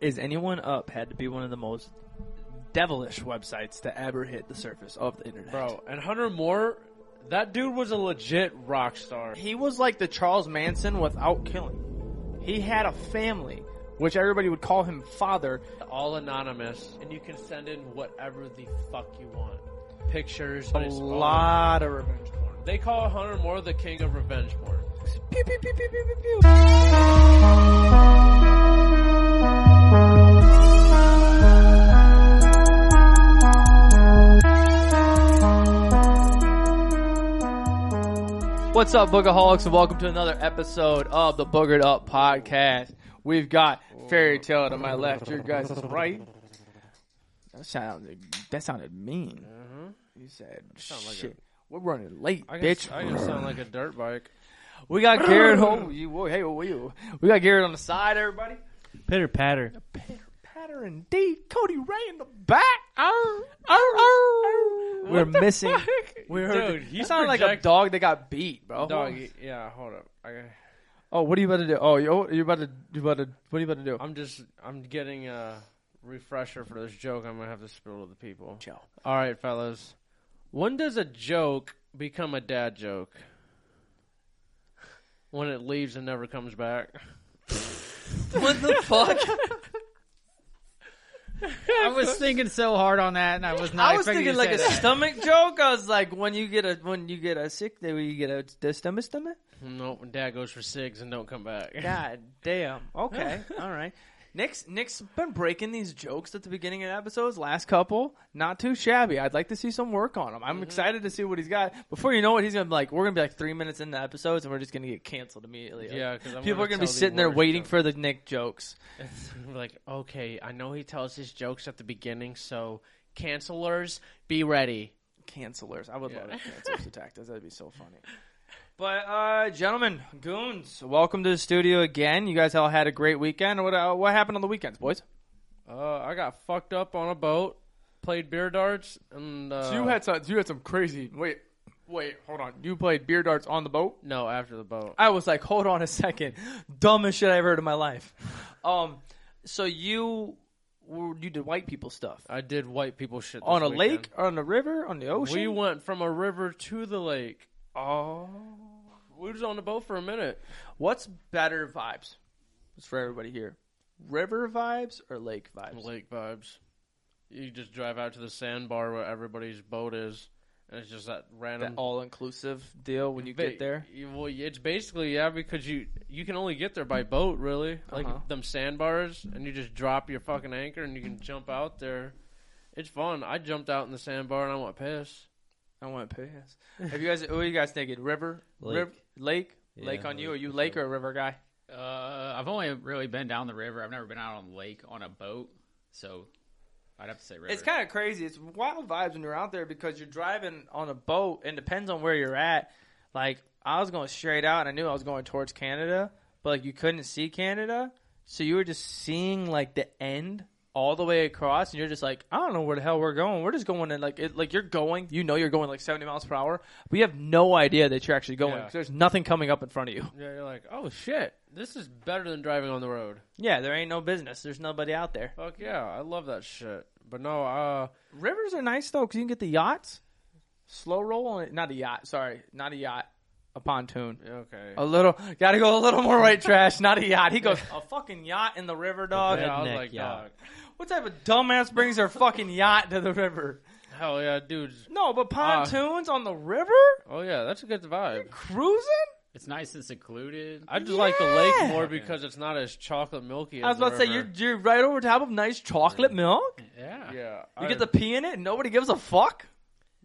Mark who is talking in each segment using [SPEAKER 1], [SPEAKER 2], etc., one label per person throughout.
[SPEAKER 1] Is Anyone Up had to be one of the most devilish websites to ever hit the surface of the internet.
[SPEAKER 2] Bro, and Hunter Moore, that dude was a legit rock star.
[SPEAKER 1] He was like the Charles Manson without killing. He had a family, which everybody would call him father.
[SPEAKER 2] All anonymous, and you can send in whatever the fuck you want. Pictures,
[SPEAKER 1] A
[SPEAKER 2] and it's all-
[SPEAKER 1] lot of revenge porn.
[SPEAKER 2] They call Hunter Moore the king of revenge porn.
[SPEAKER 1] Pew, pew, pew, pew, pew, pew, pew. What's up, Boogaholics, and welcome to another episode of the Boogered Up Podcast. We've got Fairy Tale to my left, your guys is right. That sounded, that sounded mean. You said,
[SPEAKER 2] Mm-hmm. sound like
[SPEAKER 1] shit. We're running late,
[SPEAKER 2] I can,
[SPEAKER 1] bitch.
[SPEAKER 2] I can sound like a dirt bike.
[SPEAKER 1] We got Garrett. Oh, you, whoa, hey, whoa, you. We got Garrett on the side, everybody.
[SPEAKER 3] Pitter patter.
[SPEAKER 1] Patter indeed. Cody Ray in the back. Arr, arr, arr. We're
[SPEAKER 2] What the
[SPEAKER 1] missing.
[SPEAKER 2] fuck?
[SPEAKER 1] We heard
[SPEAKER 2] Dude, he's
[SPEAKER 1] you sound like a
[SPEAKER 2] project-
[SPEAKER 1] dog that got beat, bro.
[SPEAKER 2] Dog, y- yeah, hold up. I,
[SPEAKER 1] Oh, what are you about to do? Oh, you you about to you about to what are you about to do?
[SPEAKER 2] I'm just, I'm getting a refresher for this joke I'm going to have to spill to the people.
[SPEAKER 1] Joe.
[SPEAKER 2] All right, fellas. When does a joke become a dad joke? When it leaves and never comes back.
[SPEAKER 3] What the fuck? I was thinking so hard on that, and I was not.
[SPEAKER 1] I was
[SPEAKER 3] expecting you
[SPEAKER 1] thinking
[SPEAKER 3] to
[SPEAKER 1] like a
[SPEAKER 3] say that.
[SPEAKER 1] stomach joke. I was like, when you get a when you get a sick day, you get a the stomach stomach.
[SPEAKER 2] Nope, when dad goes for six and don't come back.
[SPEAKER 1] God damn. Okay. All right. Nick's Nick's been breaking these jokes at the beginning of episodes. Last couple, not too shabby. I'd like to see some work on him. I'm
[SPEAKER 2] Mm-hmm.
[SPEAKER 1] excited to see what he's got. Before you know it, he's gonna be like, we're gonna be like three minutes into episodes, and we're just gonna get canceled immediately. Like,
[SPEAKER 2] Yeah, 'cause I'm
[SPEAKER 1] people
[SPEAKER 2] gonna
[SPEAKER 1] are gonna be
[SPEAKER 2] tell the
[SPEAKER 1] sitting there
[SPEAKER 2] worst
[SPEAKER 1] waiting
[SPEAKER 2] joke.
[SPEAKER 1] for the Nick jokes.
[SPEAKER 2] It's like, okay, I know he tells his jokes at the beginning, so cancelers, be ready.
[SPEAKER 1] Cancelers. I would love
[SPEAKER 2] Yeah.
[SPEAKER 1] if cancelers attacked us. That'd be so funny. But uh, gentlemen, goons, welcome to the studio again. You guys all had a great weekend. What uh, what happened on the weekends, boys?
[SPEAKER 2] Uh, I got fucked up on a boat, played beer darts, and uh,
[SPEAKER 1] So you had some, you had some crazy. Wait, wait, hold on. You played beer darts on the boat.
[SPEAKER 2] no after the boat.
[SPEAKER 1] I was like, hold on a second. Dumbest shit I ever heard in my life. Um, so you were- you did white people stuff
[SPEAKER 2] I did white people shit this
[SPEAKER 1] on a
[SPEAKER 2] weekend.
[SPEAKER 1] lake, on a river, on the ocean.
[SPEAKER 2] We went from a river to the lake.
[SPEAKER 1] oh,
[SPEAKER 2] We was on the boat for a minute.
[SPEAKER 1] what's better vibes? It's for everybody here. River vibes or lake vibes?
[SPEAKER 2] Lake vibes. You just drive out to the sandbar where everybody's boat is, and it's just that
[SPEAKER 1] That
[SPEAKER 2] random.
[SPEAKER 1] all inclusive deal when you
[SPEAKER 2] Ba-
[SPEAKER 1] get there.
[SPEAKER 2] you- Well, it's basically yeah, because you you can only get there by boat, really. Like
[SPEAKER 1] Uh-huh.
[SPEAKER 2] them sandbars, and you just drop your fucking anchor, and you can jump out there. It's fun. I jumped out in the sandbar, and I went piss.
[SPEAKER 1] I want to piss. Have you guys? What are you guys thinking? River,
[SPEAKER 3] Lake.
[SPEAKER 1] river, lake,
[SPEAKER 3] Yeah,
[SPEAKER 1] lake on you? Are
[SPEAKER 3] lake
[SPEAKER 1] you
[SPEAKER 3] for
[SPEAKER 1] lake
[SPEAKER 3] sure.
[SPEAKER 1] or a river guy?
[SPEAKER 4] Uh, I've only really been down the river. I've never been out on the lake on a boat, so I'd have to say river.
[SPEAKER 1] It's kind of crazy. It's wild vibes when you're out there because you're driving on a boat, and depends on where you're at. Like I was going straight out, and I knew I was going towards Canada, but like you couldn't see Canada, so you were just seeing like the end all the way across, and you're just like, I don't know where the hell we're going. We're just going in like it, like you're going, you know, you're going like 70 miles per hour, but you have no idea that you're actually going.
[SPEAKER 2] Yeah.
[SPEAKER 1] 'cause There's nothing coming up in front of you.
[SPEAKER 2] Yeah, you're like, oh shit, this is better than driving on the road.
[SPEAKER 1] Yeah, there ain't no business. There's nobody out there.
[SPEAKER 2] Fuck yeah, I love that shit. But no, uh,
[SPEAKER 1] Rivers are nice though because you can get the yachts, slow roll on it. Not a yacht, sorry, not a yacht, a pontoon.
[SPEAKER 2] okay.
[SPEAKER 1] A little, gotta go a little more white trash. Not a yacht. He goes a fucking yacht in the river, dog.
[SPEAKER 2] yeah, I was
[SPEAKER 3] redneck
[SPEAKER 2] like,
[SPEAKER 3] yacht.
[SPEAKER 2] dog.
[SPEAKER 1] What type of dumbass brings their fucking yacht to the river?
[SPEAKER 2] Hell yeah, dude.
[SPEAKER 1] No, but pontoons on the river,
[SPEAKER 2] Oh yeah, that's a good vibe.
[SPEAKER 1] cruising.
[SPEAKER 4] it's nice and secluded.
[SPEAKER 2] I just like the lake
[SPEAKER 1] Yeah.
[SPEAKER 2] more because it's not as chocolate milky. As
[SPEAKER 1] I was about
[SPEAKER 2] the
[SPEAKER 1] to say you're
[SPEAKER 2] river.
[SPEAKER 1] you're right over top of nice chocolate milk.
[SPEAKER 4] yeah.
[SPEAKER 2] Yeah,
[SPEAKER 1] You
[SPEAKER 2] I-
[SPEAKER 1] get the pee in it, and nobody gives a fuck.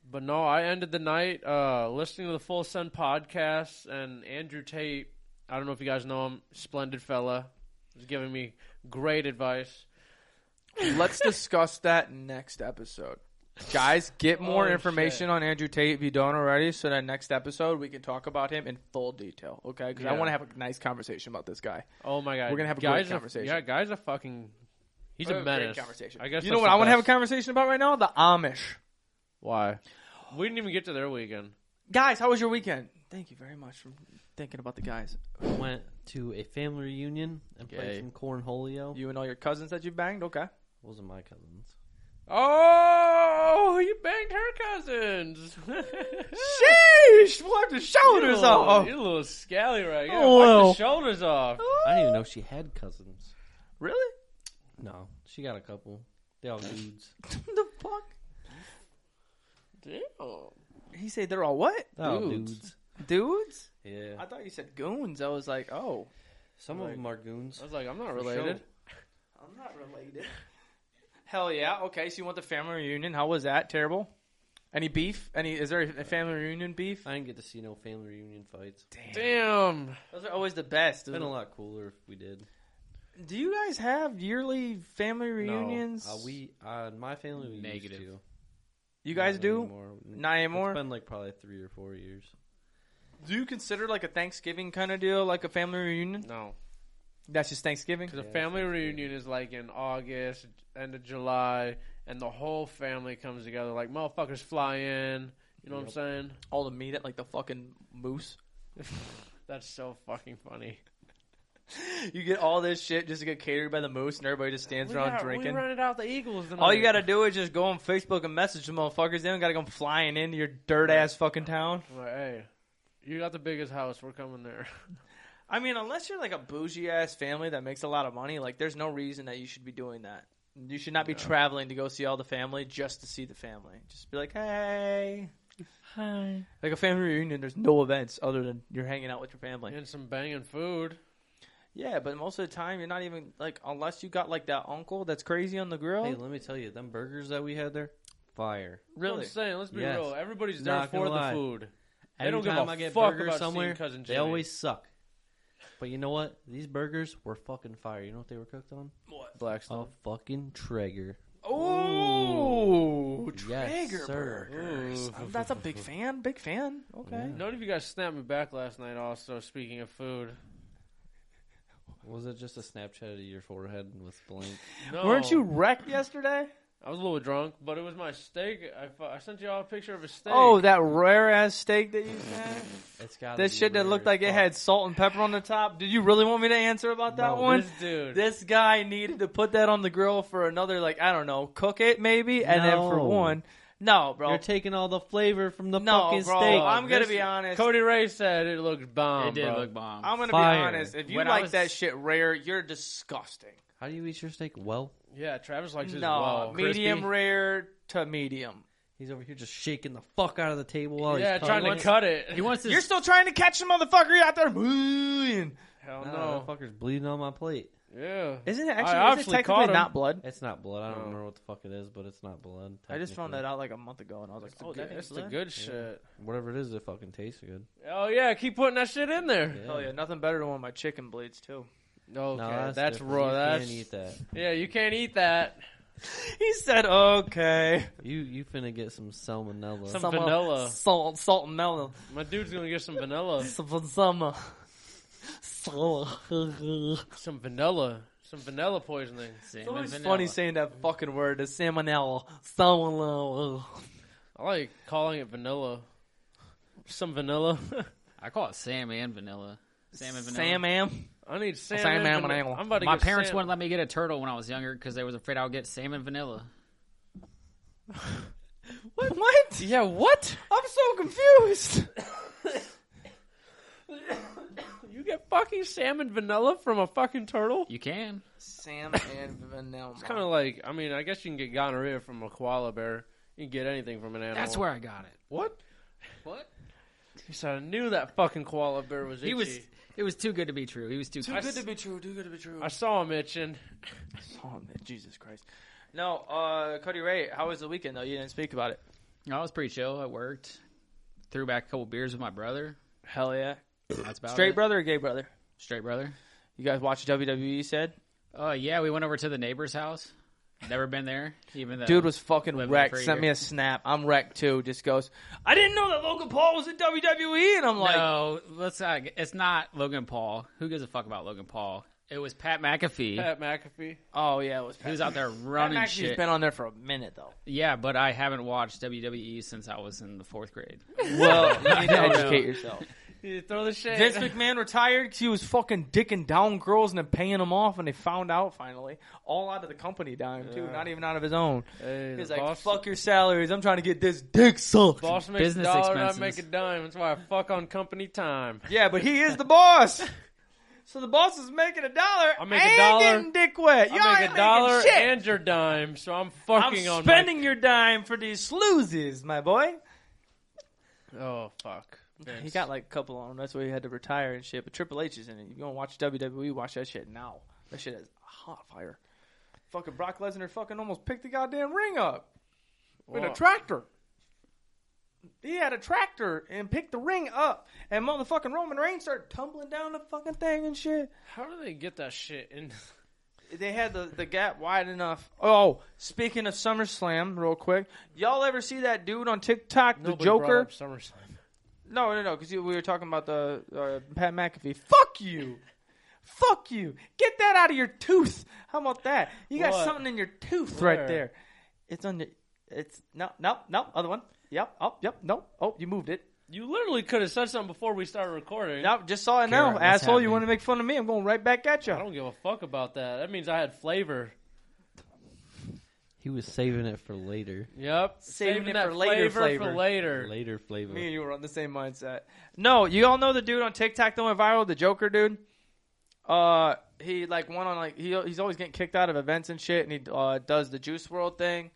[SPEAKER 2] But no, I ended the night uh, listening to the Full Send podcast and Andrew Tate. I don't know if you guys know him. Splendid fella. He's giving me great advice.
[SPEAKER 1] Let's discuss that next episode. Guys, get more
[SPEAKER 2] Oh,
[SPEAKER 1] information on Andrew Tate if you don't already, so that next episode we can talk about him in full detail, okay? Because I
[SPEAKER 2] Yeah.
[SPEAKER 1] want to have a nice conversation about this guy.
[SPEAKER 2] Oh my god,
[SPEAKER 1] We're gonna have a great
[SPEAKER 2] guys are-
[SPEAKER 1] conversation.
[SPEAKER 2] yeah, guys are fucking. He's a
[SPEAKER 1] We'll have great
[SPEAKER 2] menace.
[SPEAKER 1] conversation.
[SPEAKER 2] I guess
[SPEAKER 1] you know what I want to have a conversation about right now? The Amish.
[SPEAKER 2] Why? We didn't even get to their weekend.
[SPEAKER 1] guys, how was your weekend? Thank you very much for thinking about the guys.
[SPEAKER 5] Went to a family reunion and
[SPEAKER 2] Okay.
[SPEAKER 5] played some cornholio.
[SPEAKER 1] You and all your cousins that you banged. Okay.
[SPEAKER 5] Wasn't my cousins.
[SPEAKER 2] Oh, you banged her cousins.
[SPEAKER 1] Sheesh! Wipe the shoulders
[SPEAKER 2] You little-
[SPEAKER 1] off. Oh.
[SPEAKER 2] You little scallywag. Yeah,
[SPEAKER 1] Whoa.
[SPEAKER 2] wipe the shoulders off.
[SPEAKER 1] Oh.
[SPEAKER 5] I didn't even know she had cousins.
[SPEAKER 1] Really?
[SPEAKER 5] No, she got a couple. They all dudes.
[SPEAKER 1] the fuck?
[SPEAKER 2] Damn.
[SPEAKER 1] He said they're all what?
[SPEAKER 5] They're all
[SPEAKER 2] Oh, Dudes.
[SPEAKER 5] dudes.
[SPEAKER 1] Dudes? I
[SPEAKER 5] Yeah.
[SPEAKER 1] thought you said goons. I was like, oh,
[SPEAKER 5] Some of them are goons.
[SPEAKER 2] I was like, I'm not
[SPEAKER 5] For sure.
[SPEAKER 2] related.
[SPEAKER 1] I'm not related. Hell yeah. Okay, so you went to family reunion. How was that? Terrible. Any beef? Any? Is there a family reunion beef?
[SPEAKER 5] I didn't get to see no family reunion fights.
[SPEAKER 2] Damn.
[SPEAKER 1] Those are always the best.
[SPEAKER 5] It's been a lot cooler if we did. Uh,
[SPEAKER 1] Do you guys have yearly family reunions?
[SPEAKER 5] No, uh, we uh, my family we
[SPEAKER 4] Negative.
[SPEAKER 5] Used to.
[SPEAKER 1] You guys
[SPEAKER 5] Not
[SPEAKER 1] do?
[SPEAKER 5] anymore.
[SPEAKER 1] Not anymore?
[SPEAKER 5] It's been like probably three or four years.
[SPEAKER 1] Do you consider like a Thanksgiving kind of deal, like a family reunion?
[SPEAKER 2] No.
[SPEAKER 1] That's just Thanksgiving.
[SPEAKER 2] Because a
[SPEAKER 5] Yeah,
[SPEAKER 2] family
[SPEAKER 5] sounds good.
[SPEAKER 2] reunion is like in August, end of July, and the whole family comes together. Like motherfuckers fly in. You know what I'm
[SPEAKER 1] All the meat at like the fucking moose.
[SPEAKER 2] saying? That's so fucking funny.
[SPEAKER 1] You get all this shit just to get catered by the moose, and everybody just stands around
[SPEAKER 2] got-
[SPEAKER 1] drinking.
[SPEAKER 2] We rented out the Eagles. Tonight.
[SPEAKER 1] All you gotta do is just go on Facebook and message the motherfuckers. They don't gotta come flying into your dirt ass fucking town.
[SPEAKER 2] I'm like, hey, you got the biggest house. We're coming there.
[SPEAKER 1] I mean, unless you're like a bougie ass family that makes a lot of money, like there's no reason that you should be doing that. You should not be traveling to go see all the family just to see the family. Just be like, hey. Hi. Like a family reunion, there's no events other than you're hanging out with your family.
[SPEAKER 2] and some banging food.
[SPEAKER 1] Yeah, but most of the time you're not even like unless you got like that uncle that's crazy on the grill.
[SPEAKER 5] Hey, let me tell you, them burgers that we had there, fire.
[SPEAKER 2] That's what I'm saying. Let's be
[SPEAKER 5] Yes.
[SPEAKER 2] real. Everybody's there
[SPEAKER 5] Not gonna
[SPEAKER 2] for the
[SPEAKER 5] lie.
[SPEAKER 2] food. They
[SPEAKER 5] Every
[SPEAKER 2] don't give
[SPEAKER 5] time
[SPEAKER 2] a
[SPEAKER 5] I get
[SPEAKER 2] fuck
[SPEAKER 5] burgers
[SPEAKER 2] about
[SPEAKER 5] somewhere,
[SPEAKER 2] seeing cousin
[SPEAKER 5] they
[SPEAKER 2] Jimmy.
[SPEAKER 5] always suck. But you know what? These burgers were fucking fire. You know what they were cooked on?
[SPEAKER 1] What?
[SPEAKER 5] A
[SPEAKER 2] Blackstone.
[SPEAKER 5] fucking Traeger.
[SPEAKER 1] Oh,
[SPEAKER 5] Yes,
[SPEAKER 1] Traeger
[SPEAKER 5] sir.
[SPEAKER 1] burgers.
[SPEAKER 2] Ooh.
[SPEAKER 1] I'm- That's a big fan. Big fan. Okay.
[SPEAKER 5] Yeah.
[SPEAKER 2] None of you guys snapped me back last night. Also, speaking of food,
[SPEAKER 5] Was it just a Snapchat of your forehead with blank?
[SPEAKER 2] no.
[SPEAKER 1] Weren't
[SPEAKER 5] Oh.
[SPEAKER 1] you wrecked yesterday?
[SPEAKER 2] I was a little drunk, but it was my steak. I, fu- I sent you all a picture of a steak.
[SPEAKER 1] Oh, that rare ass steak that you had.
[SPEAKER 5] It's got
[SPEAKER 1] That shit that looked like it had salt and pepper on the top. Did you really want me to answer about that
[SPEAKER 5] No,
[SPEAKER 1] one?
[SPEAKER 2] Oh, this dude.
[SPEAKER 1] This guy needed to put that on the grill for another, like I don't know, cook it maybe, and then for
[SPEAKER 5] No.
[SPEAKER 1] one, no, bro,
[SPEAKER 5] You're taking all the flavor from the
[SPEAKER 1] no,
[SPEAKER 5] fucking
[SPEAKER 1] bro.
[SPEAKER 5] steak.
[SPEAKER 1] I'm gonna
[SPEAKER 2] Oh, This-
[SPEAKER 1] be honest.
[SPEAKER 2] Cody Ray said it looked bomb.
[SPEAKER 4] it did
[SPEAKER 2] bro.
[SPEAKER 4] look bomb.
[SPEAKER 1] I'm gonna be
[SPEAKER 5] Fire.
[SPEAKER 1] honest. If you
[SPEAKER 4] When I
[SPEAKER 1] like
[SPEAKER 4] was-
[SPEAKER 1] that shit rare, you're disgusting.
[SPEAKER 5] How do you eat your steak? Well,
[SPEAKER 2] Yeah, Travis likes his
[SPEAKER 1] No,
[SPEAKER 2] well.
[SPEAKER 1] medium
[SPEAKER 4] Crispy?
[SPEAKER 1] rare to medium.
[SPEAKER 5] he's over here just shaking the fuck out of the table while
[SPEAKER 2] yeah,
[SPEAKER 5] Oh, he's
[SPEAKER 2] trying to
[SPEAKER 5] cutting.
[SPEAKER 2] cut it.
[SPEAKER 4] he wants this.
[SPEAKER 1] You're still trying to catch the motherfucker out there. Mooing.
[SPEAKER 2] Hell
[SPEAKER 5] Nah,
[SPEAKER 2] no.
[SPEAKER 5] that fucker's bleeding on my plate.
[SPEAKER 2] Yeah.
[SPEAKER 1] Isn't it actually
[SPEAKER 2] I
[SPEAKER 1] is it
[SPEAKER 2] actually caught
[SPEAKER 1] technically
[SPEAKER 2] him.
[SPEAKER 1] not blood?
[SPEAKER 5] It's not blood. I don't
[SPEAKER 2] No.
[SPEAKER 5] remember what the fuck it is, but it's not blood.
[SPEAKER 1] I just found
[SPEAKER 5] technically.
[SPEAKER 1] that out like a month ago, and I was like, "Oh, that
[SPEAKER 2] That's
[SPEAKER 1] ain't
[SPEAKER 2] the
[SPEAKER 1] blood."
[SPEAKER 2] good shit.
[SPEAKER 5] Whatever it is, it fucking tastes good.
[SPEAKER 2] Oh yeah, keep putting that shit in there.
[SPEAKER 5] Yeah.
[SPEAKER 1] Hell yeah, nothing better than when my chicken bleeds too.
[SPEAKER 2] Okay,
[SPEAKER 5] No,
[SPEAKER 2] that's,
[SPEAKER 5] that's, different.
[SPEAKER 2] raw.
[SPEAKER 5] You
[SPEAKER 2] That's
[SPEAKER 5] can't eat that.
[SPEAKER 2] yeah, you can't eat that.
[SPEAKER 1] He said, "Okay,
[SPEAKER 5] You you finna get some salmonella.
[SPEAKER 2] Some- vanilla.
[SPEAKER 1] salt, salt and melon,
[SPEAKER 2] My dude's gonna get some vanilla,
[SPEAKER 1] some some." It's
[SPEAKER 2] some vanilla, some vanilla poisoning.
[SPEAKER 4] Same
[SPEAKER 1] always
[SPEAKER 4] with
[SPEAKER 1] funny
[SPEAKER 4] vanilla.
[SPEAKER 1] saying that fucking word, the salmonella, salmonella.
[SPEAKER 2] I like calling it vanilla. Some vanilla.
[SPEAKER 4] I call it Sam and vanilla. Sam and vanilla.
[SPEAKER 1] Sam am.
[SPEAKER 2] I need Sam.
[SPEAKER 1] Sam
[SPEAKER 2] and
[SPEAKER 1] and
[SPEAKER 2] vanilla.
[SPEAKER 1] vanilla.
[SPEAKER 2] I'm about to
[SPEAKER 4] My
[SPEAKER 2] get
[SPEAKER 4] parents
[SPEAKER 2] Sam.
[SPEAKER 4] wouldn't let me get a turtle when I was younger because they was afraid I would get salmon vanilla.
[SPEAKER 1] What? What?
[SPEAKER 2] Yeah, what?
[SPEAKER 1] I'm so confused.
[SPEAKER 2] You get fucking salmon vanilla from a fucking turtle?
[SPEAKER 4] You can.
[SPEAKER 1] Sam and vanilla.
[SPEAKER 2] It's kind of like, I mean, I guess you can get gonorrhea from a koala bear. You can get anything from an animal.
[SPEAKER 4] That's where I got it.
[SPEAKER 2] What?
[SPEAKER 4] What?
[SPEAKER 2] He said, I knew that fucking koala bear was itchy.
[SPEAKER 4] He was. It was too good to be true. He was too.
[SPEAKER 1] Too
[SPEAKER 4] good.
[SPEAKER 1] good to be true. Too good to be true.
[SPEAKER 2] I saw him itching.
[SPEAKER 1] Oh, man, Jesus Christ. No, uh, Cody Ray, how was the weekend though? You didn't speak about it.
[SPEAKER 4] I was pretty chill. I worked. Threw back a couple beers with my brother.
[SPEAKER 1] Hell yeah.
[SPEAKER 4] That's about
[SPEAKER 1] Straight
[SPEAKER 4] it.
[SPEAKER 1] brother or gay brother?
[SPEAKER 4] Straight brother.
[SPEAKER 1] E, You guys watch WWE? Said
[SPEAKER 4] Oh yeah, we went over to the neighbor's house. Never been there, even though
[SPEAKER 1] dude was fucking
[SPEAKER 4] Living
[SPEAKER 1] wrecked.
[SPEAKER 4] for a
[SPEAKER 1] Sent me
[SPEAKER 4] year.
[SPEAKER 1] Uh, a snap. I'm wrecked too. Just goes. I didn't know that Logan Paul was in WWE, and I'm like,
[SPEAKER 4] uh, no, let's not. It's not Logan Paul. Who gives a fuck about Logan Paul? It was Pat McAfee.
[SPEAKER 2] Pat McAfee.
[SPEAKER 1] Oh yeah, it was.
[SPEAKER 4] He was out there running
[SPEAKER 1] Uh, Pat
[SPEAKER 4] shit.
[SPEAKER 1] has been on there for a minute though.
[SPEAKER 4] yeah, but I haven't watched WWE since I was in the fourth grade.
[SPEAKER 1] Well, you need to
[SPEAKER 4] I know.
[SPEAKER 1] educate yourself.
[SPEAKER 2] You throw the shit.
[SPEAKER 1] Vince McMahon retired 'cause he was fucking dicking down girls and then paying them off, and they found out finally, all out of the company dime too, not even out of his own.
[SPEAKER 2] Hey, the
[SPEAKER 1] He's like,
[SPEAKER 2] boss,
[SPEAKER 1] "Fuck your salaries. I'm trying to get this dick sucked."
[SPEAKER 2] boss makes
[SPEAKER 4] business
[SPEAKER 2] a dollar,
[SPEAKER 4] expenses.
[SPEAKER 2] I make a dime. That's why I fuck on company time.
[SPEAKER 1] Yeah, but he is the boss. So the boss is making a dollar.
[SPEAKER 2] I make a
[SPEAKER 1] and
[SPEAKER 2] dollar.
[SPEAKER 1] Getting dick wet. Y'all
[SPEAKER 2] I
[SPEAKER 1] ain't
[SPEAKER 2] make a
[SPEAKER 1] making
[SPEAKER 2] dollar
[SPEAKER 1] shit.
[SPEAKER 2] and your dime, so I'm
[SPEAKER 1] I'm
[SPEAKER 2] fucking on.
[SPEAKER 1] spending your dime for these sluices, my boy.
[SPEAKER 2] My- oh fuck.
[SPEAKER 1] He got like a couple on him. That's why he had to retire and shit. But Triple H is in it. You gonna watch WWE? Watch that shit now. That shit is hot fire. Fucking Brock Lesnar fucking almost picked the goddamn ring up with
[SPEAKER 2] Well,
[SPEAKER 1] a tractor. He had a tractor and picked the ring up, and motherfucking Roman Reigns started tumbling down the fucking thing and shit.
[SPEAKER 2] How do they get that shit in?
[SPEAKER 1] They had the, the gap wide enough. Oh, speaking of SummerSlam, real quick, y'all ever see that dude on TikTok, the
[SPEAKER 2] Nobody
[SPEAKER 1] Joker?
[SPEAKER 2] brought up SummerSlam.
[SPEAKER 1] No, no, no, because we were talking about the uh, Pat McAfee. Fuck you, fuck you. Get that out of your tooth. How about that? You got
[SPEAKER 2] What?
[SPEAKER 1] something in your tooth
[SPEAKER 2] Where?
[SPEAKER 1] right there. It's on your. It's no, no, no. Other one. Yep. Oh, yep. No. Oh, you moved it.
[SPEAKER 2] You literally could have said something before we started recording.
[SPEAKER 1] No, just saw it now,
[SPEAKER 4] what's
[SPEAKER 1] asshole. You
[SPEAKER 4] happening?
[SPEAKER 1] want to make fun of me? I'm going right back at you.
[SPEAKER 2] I don't give a fuck about that. That means I had flavor.
[SPEAKER 5] He was saving it for later.
[SPEAKER 2] Yep,
[SPEAKER 1] Saving it for later flavor.
[SPEAKER 2] for later.
[SPEAKER 5] Later flavor.
[SPEAKER 1] Me and you were on the same mindset. No, you all know the dude on TikTok that went viral, the Joker dude. Uh, he like went on like he he's always getting kicked out of events and shit, and he uh, does the Juice World thing.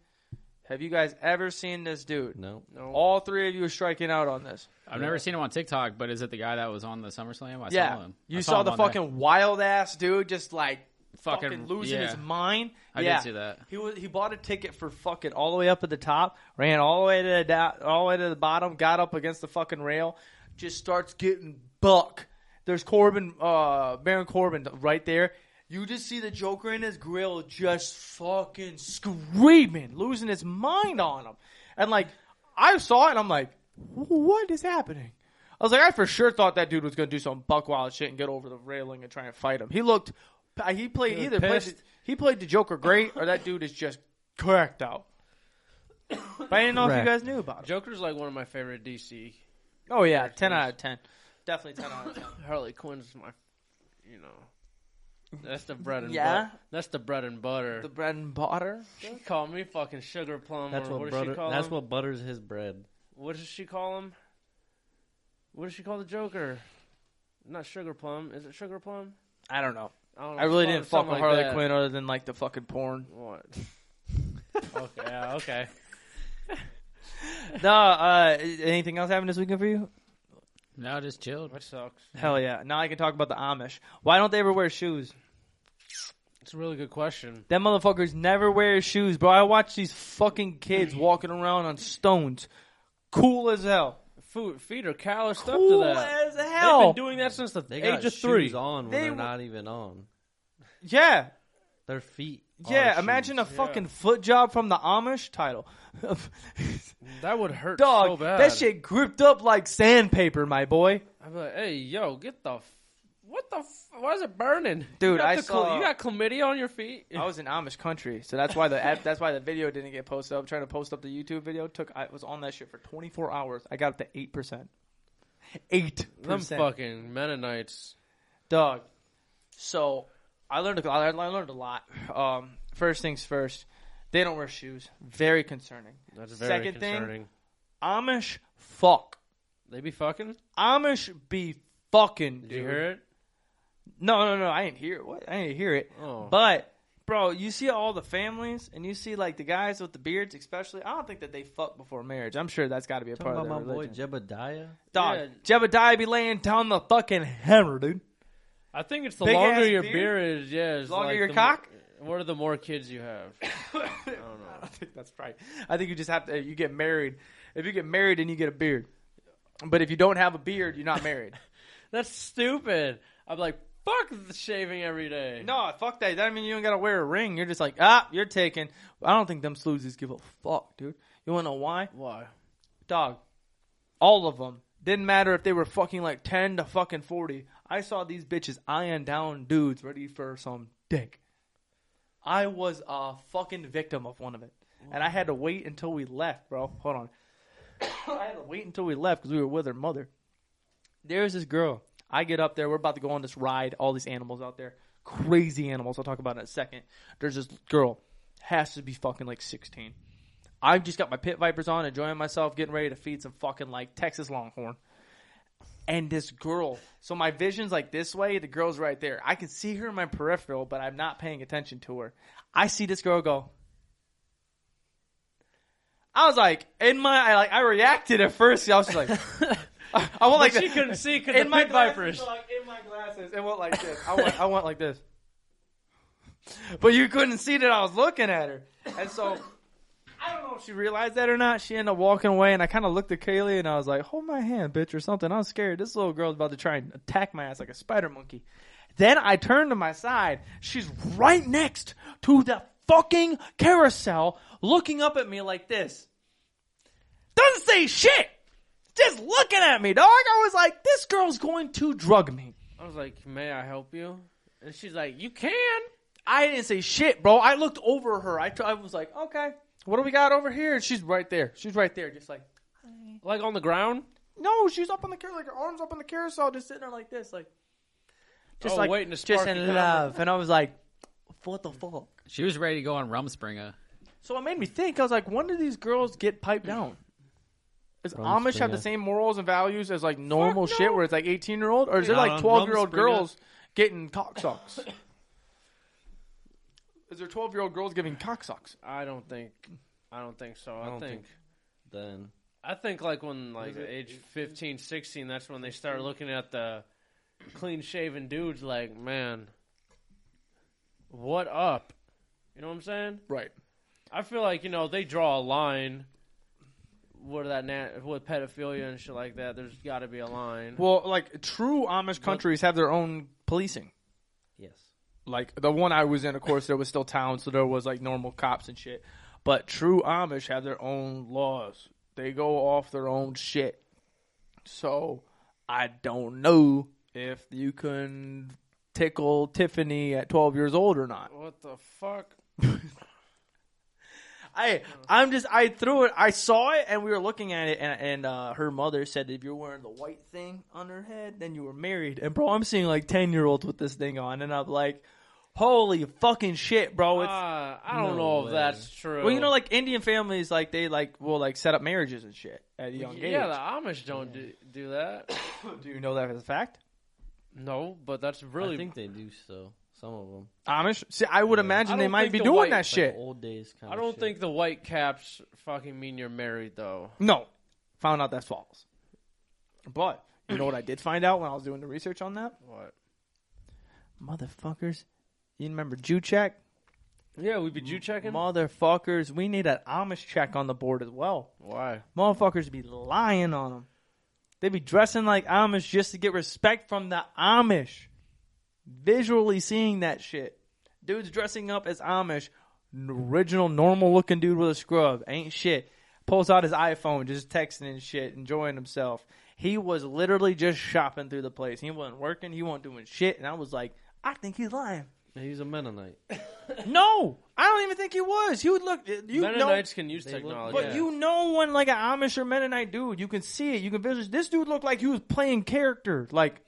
[SPEAKER 1] Have you guys ever seen this dude?
[SPEAKER 5] No.
[SPEAKER 2] No,
[SPEAKER 1] All three of you are striking out on this.
[SPEAKER 4] I've never seen him on TikTok, but is it the guy that was on the SummerSlam? I
[SPEAKER 1] yeah,
[SPEAKER 4] saw him. I
[SPEAKER 1] you saw,
[SPEAKER 4] him
[SPEAKER 1] the
[SPEAKER 4] on there.
[SPEAKER 1] fucking wild ass dude just like fucking,
[SPEAKER 4] Fucking-
[SPEAKER 1] losing
[SPEAKER 4] yeah.
[SPEAKER 1] his mind.
[SPEAKER 4] I did
[SPEAKER 1] yeah.
[SPEAKER 4] see that.
[SPEAKER 1] He was he bought a ticket for fucking all the way up at the top, ran all the way to the do- all the way to the bottom, got up against the fucking rail, just starts getting buck. There's Corbin, uh, Baron Corbin right there. You just see the Joker in his grill just fucking screaming, losing his mind on him. And like, I saw it and I'm like, what is happening? I was like, I for sure thought that dude was gonna do some buck wild shit and get over the railing and try and fight him. He looked, he played either played the,
[SPEAKER 2] pissed.
[SPEAKER 1] he played the Joker great, or that dude is just cracked out. But I didn't know if you guys knew about it.
[SPEAKER 2] Joker's like one of my favorite DC.
[SPEAKER 1] Oh yeah, ten out of ten, definitely ten out of ten.
[SPEAKER 2] Harley Quinn's my, you know, that's the bread and
[SPEAKER 1] Yeah.
[SPEAKER 2] butter. That's the bread and butter.
[SPEAKER 1] The bread and butter.
[SPEAKER 2] she called me fucking sugar plum.
[SPEAKER 5] That's
[SPEAKER 2] or
[SPEAKER 5] what,
[SPEAKER 2] what does
[SPEAKER 5] butter,
[SPEAKER 2] she call
[SPEAKER 5] that's
[SPEAKER 2] him?
[SPEAKER 5] what butters his bread.
[SPEAKER 2] What does she call him? What does she call the Joker? Not sugar plum. Is it sugar plum?
[SPEAKER 1] I don't know.
[SPEAKER 2] don't know.
[SPEAKER 1] I really
[SPEAKER 2] Something-
[SPEAKER 1] didn't fuck
[SPEAKER 2] something
[SPEAKER 1] with
[SPEAKER 2] like
[SPEAKER 1] Harley
[SPEAKER 2] that.
[SPEAKER 1] Quinn other than like the fucking porn.
[SPEAKER 2] What? okay. Yeah, okay.
[SPEAKER 1] no, uh, anything else happened this weekend for you?
[SPEAKER 4] No, just chilled.
[SPEAKER 2] That sucks.
[SPEAKER 1] Hell yeah! Now I can talk about the Amish. Why don't they ever wear shoes?
[SPEAKER 2] It's a really good question.
[SPEAKER 1] Them motherfuckers never wear shoes, bro. I watch these fucking kids walking around on stones, cool as hell.
[SPEAKER 2] Food, feet are calloused
[SPEAKER 1] Cool
[SPEAKER 2] up to that.
[SPEAKER 1] as
[SPEAKER 2] They've been
[SPEAKER 1] hell.
[SPEAKER 2] doing that since the
[SPEAKER 5] They got
[SPEAKER 2] age of
[SPEAKER 5] shoes
[SPEAKER 2] three.
[SPEAKER 5] on when
[SPEAKER 1] They
[SPEAKER 5] they are
[SPEAKER 1] were-
[SPEAKER 5] not even on.
[SPEAKER 1] yeah,
[SPEAKER 5] Their feet. are
[SPEAKER 1] yeah. Imagine
[SPEAKER 5] shoes.
[SPEAKER 1] a fucking foot job from the Amish title.
[SPEAKER 2] That would hurt
[SPEAKER 1] Dog,
[SPEAKER 2] so bad.
[SPEAKER 1] that shit gripped up like sandpaper, my boy.
[SPEAKER 2] I'd be like, hey, yo, get the. F- what the? F- why is it burning?
[SPEAKER 1] Dude,
[SPEAKER 2] you got
[SPEAKER 1] I
[SPEAKER 2] the
[SPEAKER 1] saw-
[SPEAKER 2] you got chlamydia on your feet.
[SPEAKER 1] I was in Amish country, so that's why the app, that's why the video didn't get posted. I'm trying to post up the YouTube video. Took I was on that shit for 24 hours. I got up to eight percent. Eight
[SPEAKER 2] Them
[SPEAKER 1] percent.
[SPEAKER 2] fucking Mennonites.
[SPEAKER 1] dog. So I learned a, I learned- I learned a lot. Um, first things first, they don't wear shoes. Very concerning.
[SPEAKER 2] That's very
[SPEAKER 1] Second thing-
[SPEAKER 2] concerning.
[SPEAKER 1] Amish fuck.
[SPEAKER 2] They be fucking.
[SPEAKER 1] Amish be fucking.
[SPEAKER 2] Did you
[SPEAKER 1] dude.
[SPEAKER 2] hear it?
[SPEAKER 1] No, no, no. I didn't hear it. What? I didn't hear it.
[SPEAKER 2] Oh.
[SPEAKER 1] But bro, you see all the families, and you see like the guys with the beards, especially. I don't think that they fuck before marriage. I'm sure that's got to be a
[SPEAKER 5] Talking
[SPEAKER 1] part of
[SPEAKER 5] about
[SPEAKER 1] their
[SPEAKER 5] my
[SPEAKER 1] religion.
[SPEAKER 5] boy Jebediah.
[SPEAKER 1] Dog, Jebediah be laying down the fucking hammer, dude.
[SPEAKER 2] I think it's the
[SPEAKER 1] Big
[SPEAKER 2] longer
[SPEAKER 1] ass
[SPEAKER 2] your
[SPEAKER 1] beard?
[SPEAKER 2] beard is, yeah, it's
[SPEAKER 1] Longer
[SPEAKER 2] like
[SPEAKER 1] your
[SPEAKER 2] the
[SPEAKER 1] cock?
[SPEAKER 2] More, what are the more kids you have? I don't know.
[SPEAKER 1] I think that's right. I think you just have to. You get married. If you get married, then you get a beard. But if you don't have a beard, you're not married.
[SPEAKER 2] That's stupid. I'm like, fuck the shaving every day.
[SPEAKER 1] no, fuck that. That mean you don't gotta wear a ring. You're just like, ah, you're taken. I don't think them sleuzes give a fuck, dude. You wanna know why?
[SPEAKER 2] Why?
[SPEAKER 1] Dog, all of them. Didn't matter if they were fucking like ten to fucking forty. I saw these bitches eyeing down dudes ready for some dick. I was a fucking victim of one of it, and I had to wait until we left, bro. Hold on, I had to wait until we left because we were with her mother. There's this girl. I get up there. We're about to go on this ride. All these animals out there, crazy animals. I'll talk about it in a second. There's this girl, has to be fucking like 16. I've just got my pit vipers on, enjoying myself, getting ready to feed some fucking like Texas Longhorn. And this girl, so my vision's like this way, the girl's right there. I can see her in my peripheral, but I'm not paying attention to her. I see this girl go. I was like, in my, I like, I reacted at first. I was just like, I, I went like
[SPEAKER 2] she
[SPEAKER 1] this.
[SPEAKER 2] couldn't see because
[SPEAKER 1] in my
[SPEAKER 2] vipers.
[SPEAKER 1] glasses, like, in my glasses, it went like this. I went, I went like this. But you couldn't see that I was looking at her, and so I don't know if she realized that or not. She ended up walking away, and I kind of looked at Kaylee and I was like, "Hold my hand, bitch," or something. I was scared. This little girl's about to try and attack my ass like a spider monkey. Then I turned to my side. She's right next to the fucking carousel, looking up at me like this. Doesn't say shit. Just looking at me, dog. I was like, "This girl's going to drug me."
[SPEAKER 2] I was like, "May I help you?" And she's like, "You can."
[SPEAKER 1] I didn't say shit, bro. I looked over her. I, t- I was like, okay, what do we got over here? And she's right there. She's right there, just like,
[SPEAKER 2] Like on the ground.
[SPEAKER 1] no, she's up on the car, like her arms up on the carousel, just sitting there like this, like, just
[SPEAKER 2] Oh,
[SPEAKER 1] like
[SPEAKER 2] waiting to
[SPEAKER 1] just
[SPEAKER 2] spark the
[SPEAKER 1] in
[SPEAKER 2] conver-
[SPEAKER 1] love. And I was like, what the fuck?
[SPEAKER 4] She was ready to go on Rumspringa.
[SPEAKER 1] So it made me think. I was like, when do these girls get piped down? Does Amish have the
[SPEAKER 5] Rumspringa.
[SPEAKER 1] same morals and values as like normal shit, where it's like eighteen year old, or is it
[SPEAKER 5] Not
[SPEAKER 1] like
[SPEAKER 5] on
[SPEAKER 1] twelve year old
[SPEAKER 5] Rumspringa.
[SPEAKER 1] girls getting cock sucks? is there twelve year old girls giving cock sucks?
[SPEAKER 2] I don't think. I don't think so. I,
[SPEAKER 5] don't
[SPEAKER 2] think,
[SPEAKER 5] think- Then
[SPEAKER 2] I think like when like age 15, 16, that's when they start looking at the clean shaven dudes. Like, man, what up? You know what I'm saying?
[SPEAKER 1] Right.
[SPEAKER 2] I feel like you know they draw a line. With that nat- with pedophilia and shit like that, there's got to be a line.
[SPEAKER 1] Well, like true Amish countries have their own policing.
[SPEAKER 5] yes,
[SPEAKER 1] Like the one I was in, of course, there was still town, so there was like normal cops and shit. But true Amish have their own laws. They go off their own shit. So I don't know if you can tickle Tiffany at 12 years old or not.
[SPEAKER 2] What the fuck?
[SPEAKER 1] I I'm just I threw it. I saw it, and we were looking at it, and and uh, her mother said if you're wearing the white thing on her head, then you were married. And bro, I'm seeing like ten year olds with this thing on, and I'm like, holy fucking shit, bro! It's
[SPEAKER 2] Uh, I don't
[SPEAKER 5] No
[SPEAKER 2] know if
[SPEAKER 5] way.
[SPEAKER 2] that's true.
[SPEAKER 1] well, you know, like Indian families, like they like will like set up marriages and shit at a young age.
[SPEAKER 2] yeah, the Amish don't do, do that.
[SPEAKER 1] Do you know that as a fact?
[SPEAKER 2] No, but that's really
[SPEAKER 5] I think they do so. Some of them,
[SPEAKER 1] Amish? See, I would
[SPEAKER 5] Yeah.
[SPEAKER 1] imagine
[SPEAKER 2] I
[SPEAKER 1] they
[SPEAKER 2] don't
[SPEAKER 1] might
[SPEAKER 2] think
[SPEAKER 1] be
[SPEAKER 2] the
[SPEAKER 1] doing
[SPEAKER 2] white-
[SPEAKER 1] that
[SPEAKER 2] like,
[SPEAKER 1] shit.
[SPEAKER 5] Like old days kind
[SPEAKER 2] I
[SPEAKER 5] of.
[SPEAKER 2] don't
[SPEAKER 5] shit.
[SPEAKER 2] think the white caps fucking mean you're married though.
[SPEAKER 1] No, found out that's false. But you know what I did find out when I was doing the research on that?
[SPEAKER 2] What?
[SPEAKER 1] Motherfuckers, you remember Juchek?
[SPEAKER 2] Yeah, we'd be Jew checking.
[SPEAKER 1] Motherfuckers, we need an Amish check on the board as well.
[SPEAKER 2] Why?
[SPEAKER 1] Motherfuckers be lying on them. They be dressing like Amish just to get respect from the Amish. Visually seeing that shit. Dude's dressing up as Amish. n- Original normal looking dude with a scrub. Ain't shit. Pulls out his iPhone, just texting and shit, enjoying himself. He was literally just shopping through the place. He wasn't working, he wasn't doing shit. And I was like, I think he's lying.
[SPEAKER 5] he's a Mennonite.
[SPEAKER 1] No, I don't even think he was. He would look. You know,
[SPEAKER 2] Mennonites can use
[SPEAKER 5] They look-
[SPEAKER 2] technology.
[SPEAKER 1] but
[SPEAKER 5] Yeah.
[SPEAKER 1] you know when like an Amish or Mennonite dude, you can see it. You can visually. This dude looked like he was playing character. Like,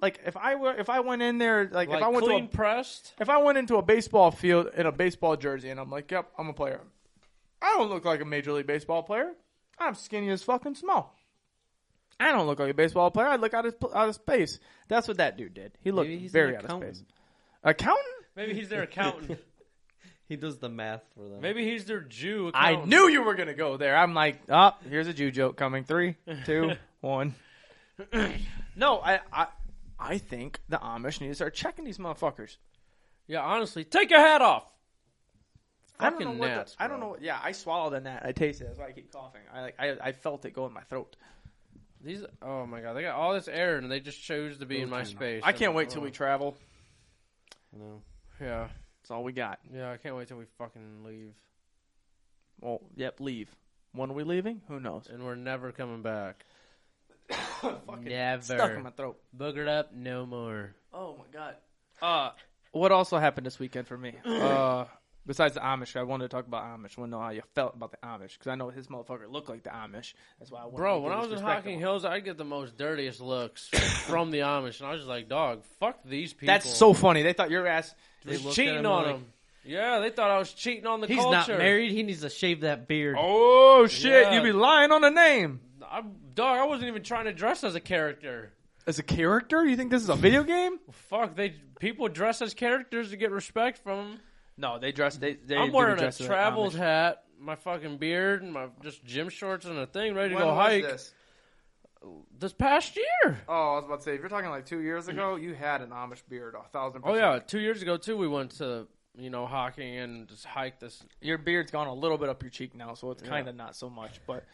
[SPEAKER 1] like if I were if I went in there like,
[SPEAKER 2] like
[SPEAKER 1] if I went
[SPEAKER 2] clean
[SPEAKER 1] to
[SPEAKER 2] pressed.
[SPEAKER 1] a, if I went into a baseball field in a baseball jersey and I'm like, yep, I'm a player. I don't look like a major league baseball player. I'm skinny as fucking small. I don't look like a baseball player. I look out of out of space. That's what that dude did. He looked
[SPEAKER 5] Maybe he's
[SPEAKER 1] very out
[SPEAKER 5] an
[SPEAKER 1] of
[SPEAKER 5] accountant.
[SPEAKER 1] space. Accountant?
[SPEAKER 2] Maybe he's their accountant.
[SPEAKER 5] He does the math for them.
[SPEAKER 2] Maybe he's their Jew.
[SPEAKER 1] I
[SPEAKER 2] Accountant.
[SPEAKER 1] knew you were gonna go there. I'm like, oh, here's a Jew joke coming. Three, two, one. no, I, I, I think the Amish need to start checking these motherfuckers.
[SPEAKER 2] Yeah, honestly, take your hat off.
[SPEAKER 1] I don't know
[SPEAKER 2] Fucking
[SPEAKER 1] what.
[SPEAKER 2] gnats,
[SPEAKER 1] the, I don't
[SPEAKER 2] bro.
[SPEAKER 1] know. What, yeah, I swallowed a gnat. I tasted. it. That's why I keep coughing. I like. I, I felt it go in my throat.
[SPEAKER 2] These. Oh my god, they got all this air and they just chose to be in my space.
[SPEAKER 1] I can't
[SPEAKER 2] And-
[SPEAKER 1] wait till we travel.
[SPEAKER 5] No.
[SPEAKER 2] Yeah,
[SPEAKER 1] That's all we got.
[SPEAKER 2] yeah, I can't wait till we fucking leave.
[SPEAKER 1] Well, yep. Leave. When are we leaving? Who knows?
[SPEAKER 2] and we're never coming back.
[SPEAKER 1] Fucking
[SPEAKER 2] Never.
[SPEAKER 1] stuck in my throat.
[SPEAKER 2] Boogered up, no more.
[SPEAKER 1] Oh my god. Uh, what also happened this weekend for me? Uh, besides the Amish, I wanted to talk about Amish. Want to know how you felt about the Amish? Because I know his motherfucker looked like the Amish. That's why I wanted
[SPEAKER 2] Bro,
[SPEAKER 1] to
[SPEAKER 2] when
[SPEAKER 1] get
[SPEAKER 2] I
[SPEAKER 1] his
[SPEAKER 2] was in
[SPEAKER 1] perspective
[SPEAKER 2] Hocking
[SPEAKER 1] on it.
[SPEAKER 2] Hills, I'd get the most dirtiest looks from the Amish, and I was just like, dog, fuck these people.
[SPEAKER 1] That's so funny. They thought your ass.
[SPEAKER 2] They
[SPEAKER 5] looked at
[SPEAKER 2] cheating
[SPEAKER 5] him
[SPEAKER 2] on
[SPEAKER 5] like-
[SPEAKER 2] them. Yeah, they thought I was cheating on the
[SPEAKER 5] He's
[SPEAKER 2] culture.
[SPEAKER 5] not married. He needs to shave that beard.
[SPEAKER 1] Oh shit!
[SPEAKER 2] Yeah.
[SPEAKER 1] You be lying on a name
[SPEAKER 2] i dog, I wasn't even trying to dress as a character.
[SPEAKER 1] as a character. You think this is a video game?
[SPEAKER 2] Fuck, they people dress as characters to get respect from 'em.
[SPEAKER 1] No, they dress. They. they
[SPEAKER 2] I'm
[SPEAKER 1] do
[SPEAKER 2] wearing a
[SPEAKER 1] dress like
[SPEAKER 2] travels
[SPEAKER 1] Amish.
[SPEAKER 2] hat, my fucking beard, and my just gym shorts and a thing, ready to
[SPEAKER 1] When
[SPEAKER 2] go
[SPEAKER 1] was
[SPEAKER 2] hike.
[SPEAKER 1] this?
[SPEAKER 2] this past year.
[SPEAKER 1] Oh, I was about to say, if you're talking like two years ago, you had an Amish beard, a thousand.
[SPEAKER 2] Oh yeah, two years ago too. We went to you know hocking and just hiked this.
[SPEAKER 1] your beard's gone a little bit up your cheek now, so it's kind of not so much. But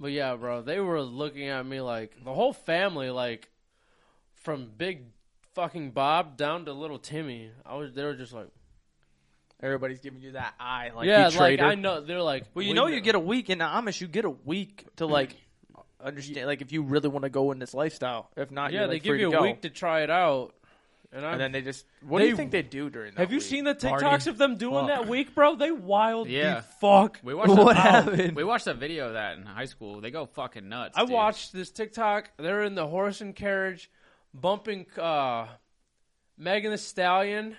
[SPEAKER 2] But yeah, bro, they were looking at me like the whole family, like from big fucking Bob down to little Timmy. I was they were just like,
[SPEAKER 1] everybody's giving you that eye, like
[SPEAKER 2] yeah,
[SPEAKER 1] you
[SPEAKER 2] like
[SPEAKER 1] traitor.
[SPEAKER 2] I know they're like,
[SPEAKER 1] Well, you
[SPEAKER 2] we
[SPEAKER 1] know, you get a week in the Amish. You get a week to like understand, like if you really want to go in this lifestyle. If not,
[SPEAKER 2] yeah,
[SPEAKER 1] you're,
[SPEAKER 2] they
[SPEAKER 1] like,
[SPEAKER 2] give
[SPEAKER 1] free
[SPEAKER 2] you
[SPEAKER 1] to
[SPEAKER 2] a
[SPEAKER 1] go.
[SPEAKER 2] week to try it out, and I
[SPEAKER 1] and then they just. What do
[SPEAKER 2] They-
[SPEAKER 1] you think they do during? that
[SPEAKER 2] Have you
[SPEAKER 1] week?
[SPEAKER 2] seen the TikToks
[SPEAKER 5] Party.
[SPEAKER 2] of them doing that week, bro? They wild
[SPEAKER 4] Yeah.
[SPEAKER 2] the fuck.
[SPEAKER 4] We watched
[SPEAKER 5] What
[SPEAKER 4] a,
[SPEAKER 5] happened?
[SPEAKER 4] We watched a video of that in high school. They go fucking nuts.
[SPEAKER 2] I
[SPEAKER 4] dude.
[SPEAKER 2] watched this TikTok. They're in the horse and carriage, bumping uh, Megan the Stallion,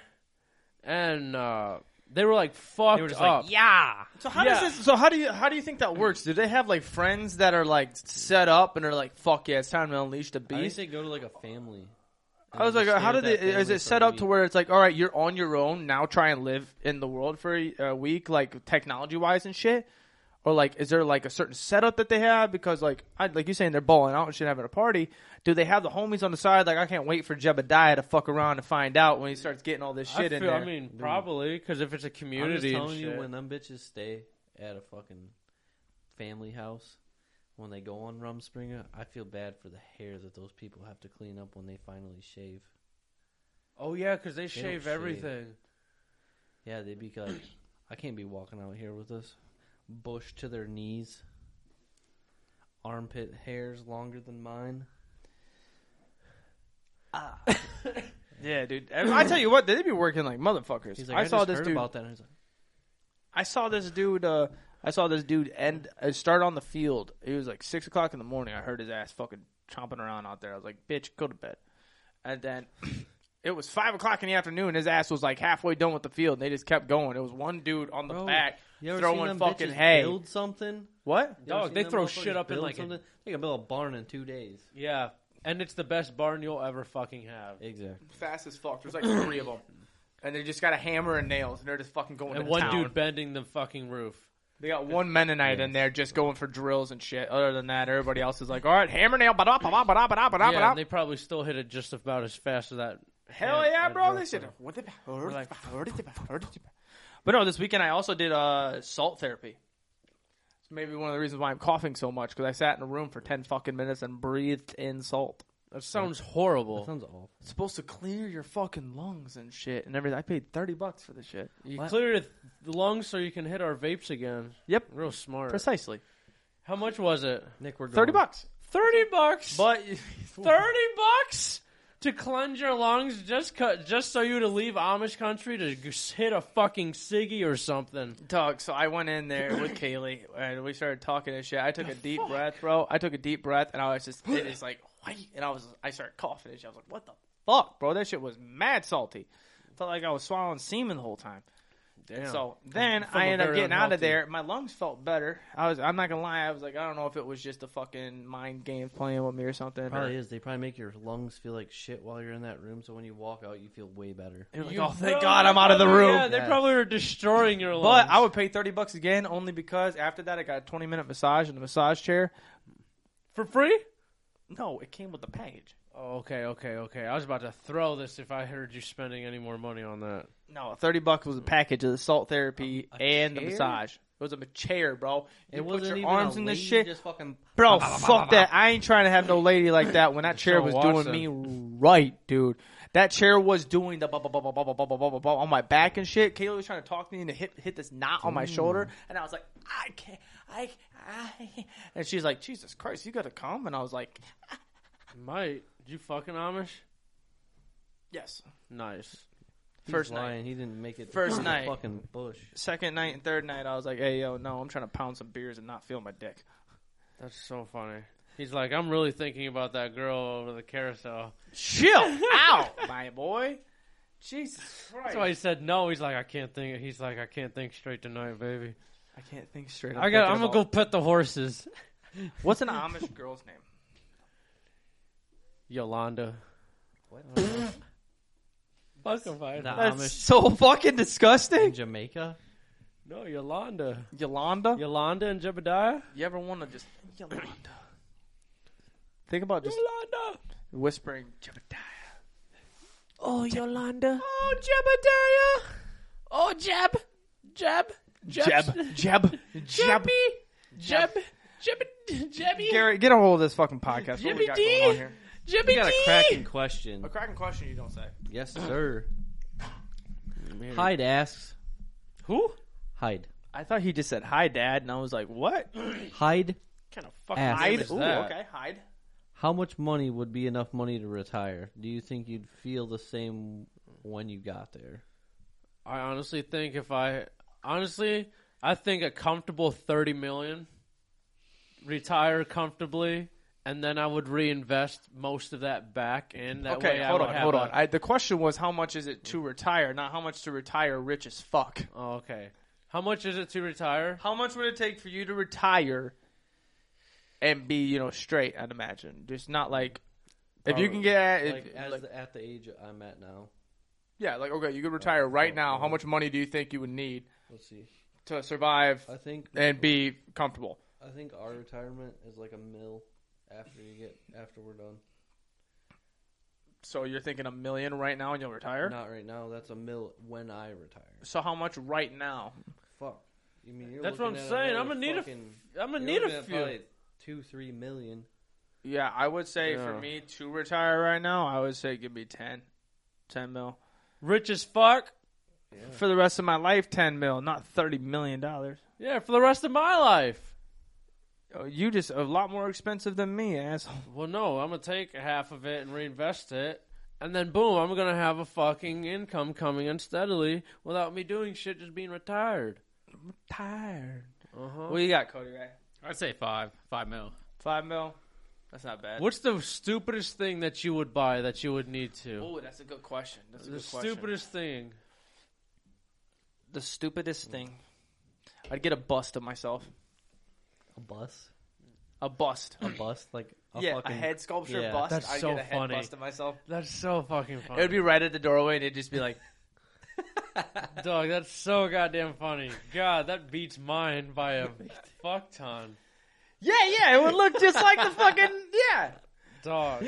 [SPEAKER 2] and uh, they were like fucked
[SPEAKER 5] just
[SPEAKER 2] up.
[SPEAKER 5] like, yeah.
[SPEAKER 1] So how
[SPEAKER 2] Yeah.
[SPEAKER 1] does this? So how do you how do you think that works? Do they have like friends that are like set up and are like, fuck yeah, it's time to unleash the
[SPEAKER 5] I think
[SPEAKER 1] beast?
[SPEAKER 5] they go to like a family.
[SPEAKER 1] I was like, how did they? Is it set up to where it's like, all right, you're on your own now. Try and live in the world for a a week, like technology wise and shit. Or like, is there like a certain setup that they have? Because like, I, like you saying, they're balling out and shit, having a party. Do they have the homies on the side? Like, I can't wait for Jebediah to fuck around and find out when he starts getting all this
[SPEAKER 2] I,
[SPEAKER 1] shit in
[SPEAKER 2] feel,
[SPEAKER 1] there.
[SPEAKER 2] I mean, probably because if it's a
[SPEAKER 5] I'm just
[SPEAKER 2] community, and
[SPEAKER 5] telling you,
[SPEAKER 2] shit.
[SPEAKER 5] when them bitches stay at a fucking family house, when they go on Rumspringa, I feel bad for the hair that those people have to clean up when they finally shave.
[SPEAKER 2] oh yeah, because they,
[SPEAKER 5] don't
[SPEAKER 2] shave
[SPEAKER 5] shave.
[SPEAKER 2] everything.
[SPEAKER 5] Yeah, they'd be like, I can't be walking out here with this bush to their knees, armpit hairs longer than mine. Ah.
[SPEAKER 1] yeah, dude. I, I tell you what, they'd be working like motherfuckers.
[SPEAKER 5] He's like,
[SPEAKER 1] I,
[SPEAKER 5] I,
[SPEAKER 1] saw
[SPEAKER 5] just
[SPEAKER 1] this
[SPEAKER 5] heard
[SPEAKER 1] dude.
[SPEAKER 5] about that. And he's like,
[SPEAKER 1] I saw this dude. Uh, I saw this dude end uh, start on the field. It was like six o'clock in the morning. I heard his ass fucking chomping around out there. I was like, "Bitch, go to bed." And then it was five o'clock in the afternoon. His ass was like halfway done with the field. and They just kept going. It was one dude on the
[SPEAKER 5] Bro,
[SPEAKER 1] back
[SPEAKER 5] you ever seen
[SPEAKER 1] throwing
[SPEAKER 5] them
[SPEAKER 1] fucking
[SPEAKER 5] bitches
[SPEAKER 1] hay.
[SPEAKER 5] build something?
[SPEAKER 1] What?
[SPEAKER 5] You ever
[SPEAKER 2] Dog,
[SPEAKER 5] seen
[SPEAKER 2] they
[SPEAKER 5] them
[SPEAKER 2] throw
[SPEAKER 5] motherfuckers
[SPEAKER 2] shit up in
[SPEAKER 5] build
[SPEAKER 2] like a-
[SPEAKER 5] something? they can build a barn in two days.
[SPEAKER 2] Yeah, and it's the best barn you'll ever fucking have.
[SPEAKER 5] Exactly.
[SPEAKER 1] Fast as fuck. There's like three of them, and they just got a hammer and nails, and they're just fucking going.
[SPEAKER 2] And
[SPEAKER 1] to
[SPEAKER 2] one
[SPEAKER 1] town.
[SPEAKER 2] dude bending the fucking roof.
[SPEAKER 1] They got one Mennonite in there just going for drills and shit. Other than that, everybody else is like, "All right, hammer nail, ba da ba da ba da ba da ba da ba
[SPEAKER 2] Yeah,
[SPEAKER 1] da."
[SPEAKER 2] and they probably still hit it just about as fast as that.
[SPEAKER 1] Hell
[SPEAKER 2] hand-
[SPEAKER 1] yeah,
[SPEAKER 2] that
[SPEAKER 1] bro!
[SPEAKER 2] drill
[SPEAKER 1] They should.
[SPEAKER 2] thing.
[SPEAKER 1] What the- But no, this weekend I also did uh, salt therapy. It's maybe one of the reasons why I'm coughing so much because I sat in a room for ten fucking minutes and breathed in salt.
[SPEAKER 2] That sounds
[SPEAKER 5] That
[SPEAKER 2] horrible.
[SPEAKER 5] sounds awful.
[SPEAKER 1] It's supposed to clear your fucking lungs and shit and everything. I paid thirty bucks for this shit.
[SPEAKER 2] You
[SPEAKER 5] What?
[SPEAKER 2] clear the the lungs so you can hit our vapes again.
[SPEAKER 1] Yep.
[SPEAKER 2] Real smart.
[SPEAKER 1] Precisely,
[SPEAKER 2] How much was it?
[SPEAKER 5] Nick, we're going.
[SPEAKER 1] thirty bucks.
[SPEAKER 2] 30 bucks.
[SPEAKER 1] But
[SPEAKER 2] 30 bucks to cleanse your lungs just cut just so you to leave Amish country to g- hit a fucking ciggy or something.
[SPEAKER 1] Doug, so I went in there with Kaylee and we started talking and shit. I took a deep breath, bro. I took a deep breath and I was just it is like white and I was I started coughing and shit. I was like, What the fuck, bro? That shit was mad salty. Felt like I was swallowing semen the whole time.
[SPEAKER 2] Damn.
[SPEAKER 1] So then
[SPEAKER 2] From
[SPEAKER 1] I
[SPEAKER 2] a
[SPEAKER 1] ended up
[SPEAKER 2] very
[SPEAKER 1] getting out of
[SPEAKER 2] unhealthy-
[SPEAKER 1] there. My lungs felt better. I was I'm not gonna lie, I was like, I don't know if it was just a fucking mind games playing with me or something.
[SPEAKER 2] Oh,
[SPEAKER 5] Probably
[SPEAKER 1] or,
[SPEAKER 5] is. They probably make your lungs feel like shit while you're in that room, so when you walk out, you feel way better.
[SPEAKER 1] They were like,
[SPEAKER 2] You-
[SPEAKER 1] oh thank
[SPEAKER 2] bro,
[SPEAKER 1] God
[SPEAKER 2] they
[SPEAKER 1] I'm out of the
[SPEAKER 2] probably-
[SPEAKER 1] room.
[SPEAKER 2] Yeah, they
[SPEAKER 5] Yeah.
[SPEAKER 2] probably were destroying your lungs.
[SPEAKER 1] But I would pay thirty bucks again only because after that I got a twenty minute massage in the massage chair.
[SPEAKER 2] for free?
[SPEAKER 1] No, it came with the package.
[SPEAKER 2] Oh, okay, okay, okay. I was about to throw this if I heard you spending any more money on that.
[SPEAKER 1] No, thirty bucks was a package of the salt therapy
[SPEAKER 5] A
[SPEAKER 1] and the
[SPEAKER 5] chair?
[SPEAKER 1] massage. It was a chair, bro. You
[SPEAKER 5] It
[SPEAKER 1] put
[SPEAKER 5] wasn't
[SPEAKER 1] your
[SPEAKER 5] even
[SPEAKER 1] arms
[SPEAKER 5] a
[SPEAKER 1] in this
[SPEAKER 5] lady,
[SPEAKER 1] shit,
[SPEAKER 5] Just fucking
[SPEAKER 1] bro. fuck that. I ain't trying to have no lady like that. When that chair
[SPEAKER 2] Deshaun
[SPEAKER 1] was doing me right, dude. That chair was doing the blah blah blah blah blah blah blah blah blah, blah, blah on my back and shit. Kayla was trying to talk me into hit hit this knot on my shoulder, and I was like, I can't, I, I. And she's like, Jesus Christ, you got to come. And I was like,
[SPEAKER 2] Might. Did you fucking Amish?
[SPEAKER 1] Yes.
[SPEAKER 2] Nice.
[SPEAKER 5] He's
[SPEAKER 1] First night.
[SPEAKER 5] lying. He didn't make it.
[SPEAKER 1] First
[SPEAKER 5] through the
[SPEAKER 1] night.
[SPEAKER 5] Fucking bush.
[SPEAKER 1] Second night and third night, I was like, Hey yo, no, I'm trying to pound some beers and not feel my dick.
[SPEAKER 2] That's so funny. He's like, I'm really thinking about that girl over the carousel.
[SPEAKER 1] Chill out, my boy. Jesus Christ,
[SPEAKER 2] That's why he said no. He's like, I can't think. He's like, I can't think straight tonight, baby.
[SPEAKER 1] I can't think straight.
[SPEAKER 2] I got. I'm gonna go pet the horses.
[SPEAKER 1] What's an Amish girl's name?
[SPEAKER 2] Yolanda.
[SPEAKER 5] What?
[SPEAKER 2] Fuck if I
[SPEAKER 5] Nah.
[SPEAKER 1] That's
[SPEAKER 5] Amish.
[SPEAKER 1] so fucking
[SPEAKER 5] In
[SPEAKER 1] disgusting.
[SPEAKER 5] Jamaica?
[SPEAKER 2] No, Yolanda.
[SPEAKER 1] Yolanda.
[SPEAKER 2] Yolanda and Jebediah.
[SPEAKER 1] You ever want to just Yolanda? Think about just
[SPEAKER 2] Yolanda.
[SPEAKER 1] whispering Jebediah.
[SPEAKER 2] Oh, Yolanda.
[SPEAKER 1] Oh, Jebediah.
[SPEAKER 2] Oh, Jeb. Jeb.
[SPEAKER 1] Jeb. Jeb. Jeb.
[SPEAKER 2] Jeb. Jeb. Jebby.
[SPEAKER 1] Gary, get a hold of this fucking podcast. What we got
[SPEAKER 2] Jebby D.
[SPEAKER 1] going on here?
[SPEAKER 5] You got a cracking question.
[SPEAKER 1] A cracking question you don't say.
[SPEAKER 5] Yes, sir. Hyde asks.
[SPEAKER 2] Who?
[SPEAKER 5] Hyde.
[SPEAKER 1] I thought he just said hi, Dad, and I was like, what?
[SPEAKER 5] Hyde.
[SPEAKER 2] Kind of fucking
[SPEAKER 5] Ass.
[SPEAKER 2] name
[SPEAKER 1] Hide.
[SPEAKER 2] is
[SPEAKER 1] Ooh,
[SPEAKER 2] that?
[SPEAKER 1] okay, hide.
[SPEAKER 5] How much money would be enough money to retire? Do you think you'd feel the same when you got there?
[SPEAKER 2] I honestly think if I honestly, I think a comfortable thirty million, retire comfortably, and then I would reinvest most of that back in. That
[SPEAKER 1] Okay,
[SPEAKER 2] way
[SPEAKER 1] hold
[SPEAKER 2] I would
[SPEAKER 1] on,
[SPEAKER 2] have
[SPEAKER 1] hold
[SPEAKER 2] a-
[SPEAKER 1] on. I, the question was how much is it to retire, not how much to retire rich as fuck.
[SPEAKER 2] oh, okay, how much is it to retire?
[SPEAKER 1] How much would it take for you to retire and be, you know, straight? I'd imagine. Just not like if you can get at, if,
[SPEAKER 5] Like, as
[SPEAKER 1] Oh, like-
[SPEAKER 5] the, at the age I'm at now.
[SPEAKER 1] yeah, like okay, you could retire right now. How much money do you think you would need
[SPEAKER 5] Let's see.
[SPEAKER 1] to survive
[SPEAKER 5] I think
[SPEAKER 1] and be comfortable?
[SPEAKER 5] I think our retirement is like a mill after you get after we're done.
[SPEAKER 1] So you're thinking a million right now and you'll retire.
[SPEAKER 5] Not right now. That's a mill when I retire.
[SPEAKER 1] So how much right now?
[SPEAKER 5] Fuck. You mean you're
[SPEAKER 2] That's what
[SPEAKER 5] looking
[SPEAKER 2] I'm
[SPEAKER 5] at
[SPEAKER 2] saying. I'm
[SPEAKER 5] another
[SPEAKER 2] gonna need a.
[SPEAKER 5] fucking-
[SPEAKER 2] I'm gonna
[SPEAKER 5] you're
[SPEAKER 2] need
[SPEAKER 5] looking
[SPEAKER 2] a
[SPEAKER 5] at
[SPEAKER 2] few.
[SPEAKER 5] probably Two three million.
[SPEAKER 1] Yeah, I would say for
[SPEAKER 2] Yeah.
[SPEAKER 1] me to retire right now, I would say give me 10. 10 mil.
[SPEAKER 2] Rich as fuck.
[SPEAKER 1] For the rest of my life, 10 mil, not 30 million dollars.
[SPEAKER 2] Yeah, for the rest of my life.
[SPEAKER 1] Oh, You just a lot more expensive than me, asshole.
[SPEAKER 2] Well, no, I'm gonna take half of it and reinvest it, and then boom, I'm gonna have a fucking income coming in steadily without me doing shit, just being retired.
[SPEAKER 1] Tired.
[SPEAKER 2] Uh huh.
[SPEAKER 1] What you got, Cody Ray?
[SPEAKER 4] I'd say five, five mil.
[SPEAKER 1] 5 mil? That's not bad.
[SPEAKER 2] What's the stupidest thing that you would buy that you would need to?
[SPEAKER 1] Oh, that's a good question. That's a
[SPEAKER 2] The
[SPEAKER 1] good question.
[SPEAKER 2] stupidest thing.
[SPEAKER 1] The stupidest thing. I'd get a bust of myself.
[SPEAKER 5] A bus.
[SPEAKER 1] A bust.
[SPEAKER 5] A bus. Like a
[SPEAKER 1] yeah,
[SPEAKER 5] fucking
[SPEAKER 1] a head sculpture
[SPEAKER 5] yeah.
[SPEAKER 1] bust.
[SPEAKER 2] That's
[SPEAKER 1] I'd
[SPEAKER 2] so
[SPEAKER 1] get a head
[SPEAKER 2] funny.
[SPEAKER 1] bust of myself.
[SPEAKER 2] That's so fucking funny,
[SPEAKER 1] It would be right at the doorway, and it'd just be like,
[SPEAKER 2] dog. That's so goddamn funny. God, that beats mine by a fuck ton,
[SPEAKER 1] yeah, yeah, it would look just like the fucking, yeah.
[SPEAKER 2] dog.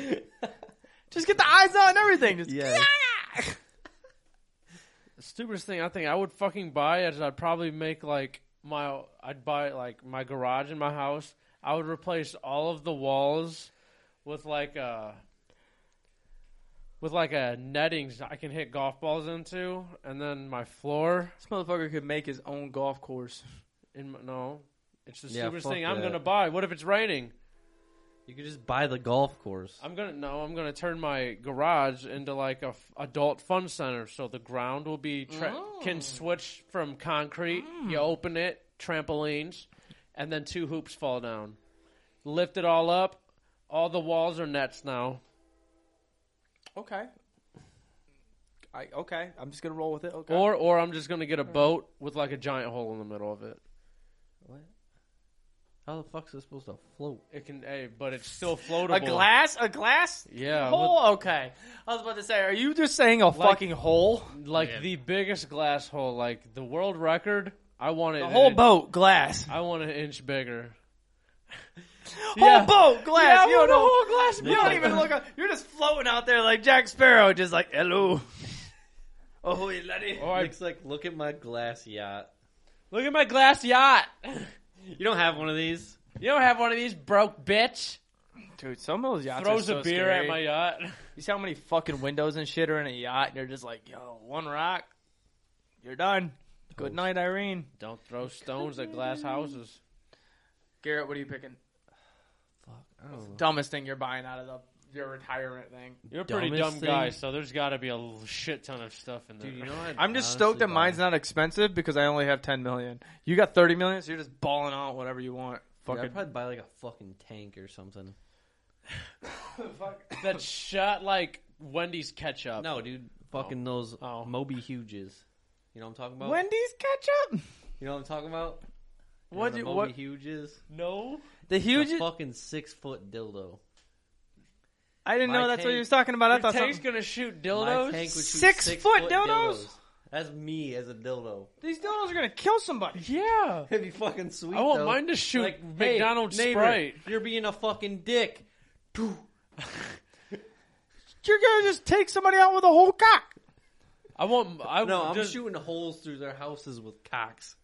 [SPEAKER 1] Just get the eyes out and everything. Just,
[SPEAKER 5] Yeah.
[SPEAKER 2] The stupidest thing I think I would fucking buy is I'd probably make like my I'd buy like my garage in my house. I would replace all of the walls with like a with like a netting I can hit golf balls into, and then my floor.
[SPEAKER 1] This motherfucker could make his own golf course.
[SPEAKER 2] In my, no, it's the
[SPEAKER 5] Yeah,
[SPEAKER 2] stupidest
[SPEAKER 5] fuck
[SPEAKER 2] thing I'm
[SPEAKER 5] that.
[SPEAKER 2] gonna buy. What if it's raining?
[SPEAKER 5] You could just buy the golf course.
[SPEAKER 2] I'm gonna no. I'm gonna turn my garage into like a f- adult fun center, so the ground will be tra- can switch from concrete. You open it, trampolines, and then two hoops fall down. Lift it all up. All the walls are nets now.
[SPEAKER 1] Okay. I okay. I'm just gonna roll with it. Okay.
[SPEAKER 2] Or or I'm just gonna get a boat with like a giant hole in the middle of it.
[SPEAKER 5] How the fuck's it supposed to float?
[SPEAKER 2] It can hey, but it's still floatable.
[SPEAKER 1] a glass, a glass
[SPEAKER 2] Yeah,
[SPEAKER 1] hole. Okay. I was about to say, are you just saying a fucking hole?
[SPEAKER 2] with- like
[SPEAKER 4] Yeah.
[SPEAKER 2] the biggest glass hole, like the world record. I want it.
[SPEAKER 1] The whole boat glass.
[SPEAKER 2] I want an inch bigger.
[SPEAKER 1] Whole boat glass.
[SPEAKER 2] I
[SPEAKER 1] you don't
[SPEAKER 2] want a
[SPEAKER 1] know.
[SPEAKER 2] whole
[SPEAKER 1] glass. You don't even look. Up. You're just floating out there like Jack Sparrow, just like hello. Oh, you laddie.
[SPEAKER 2] Or I
[SPEAKER 5] Looks like look at my glass yacht.
[SPEAKER 2] Look at my glass yacht.
[SPEAKER 5] You don't have one of these.
[SPEAKER 2] You don't have one of these, broke bitch.
[SPEAKER 1] Dude, some of those yachts
[SPEAKER 2] Throws
[SPEAKER 1] are so
[SPEAKER 2] a beer
[SPEAKER 1] scary.
[SPEAKER 2] at my yacht.
[SPEAKER 1] You see how many fucking windows and shit are in a yacht, and you're just like, yo, one rock, you're done. Good
[SPEAKER 5] Toast.
[SPEAKER 1] night, Irene.
[SPEAKER 2] Don't throw stones at glass houses.
[SPEAKER 1] Garrett, what are you picking?
[SPEAKER 5] Fuck, I don't know.
[SPEAKER 1] Dumbest thing you're buying out of the your retirement thing.
[SPEAKER 2] You're a pretty dumb
[SPEAKER 5] Dumbest
[SPEAKER 2] guy,
[SPEAKER 5] thing-
[SPEAKER 2] so there's got to be a l- shit ton of stuff in there.
[SPEAKER 5] Dude, you know what?
[SPEAKER 1] I'm just stoked that mine's not expensive because I only have 10 million. You got 30 million, so you're just balling out whatever you want.
[SPEAKER 5] I'd
[SPEAKER 1] Fucking
[SPEAKER 5] probably buy like a fucking tank or something.
[SPEAKER 2] that shot like Wendy's ketchup.
[SPEAKER 5] No, dude, fucking those
[SPEAKER 2] Oh.
[SPEAKER 5] Moby Huges. You know what I'm talking about?
[SPEAKER 1] Wendy's ketchup.
[SPEAKER 5] You know what I'm talking about? You know
[SPEAKER 1] What
[SPEAKER 5] the
[SPEAKER 1] you-
[SPEAKER 5] Moby
[SPEAKER 1] what-
[SPEAKER 5] Huge is?
[SPEAKER 2] no.
[SPEAKER 1] The huge.
[SPEAKER 5] The fucking six foot dildo.
[SPEAKER 1] I didn't
[SPEAKER 5] my
[SPEAKER 1] know that's what
[SPEAKER 5] tank-
[SPEAKER 1] you was talking about. I
[SPEAKER 2] Your
[SPEAKER 1] thought
[SPEAKER 2] tank's
[SPEAKER 1] something,
[SPEAKER 2] gonna shoot
[SPEAKER 5] My
[SPEAKER 2] dildos.
[SPEAKER 5] tank would shoot
[SPEAKER 1] Six foot dildos?
[SPEAKER 5] That's me as a dildo.
[SPEAKER 1] these dildos are gonna kill somebody.
[SPEAKER 2] yeah.
[SPEAKER 5] It'd be fucking sweet.
[SPEAKER 2] I want
[SPEAKER 5] though.
[SPEAKER 2] mine to shoot
[SPEAKER 5] Like, hey,
[SPEAKER 2] McDonald's
[SPEAKER 5] neighbor,
[SPEAKER 2] Sprite.
[SPEAKER 5] You're being a fucking dick.
[SPEAKER 1] You're gonna just take somebody out with a whole cock.
[SPEAKER 2] I want. I
[SPEAKER 5] No, I'm
[SPEAKER 2] just,
[SPEAKER 5] shooting holes through their houses with cocks.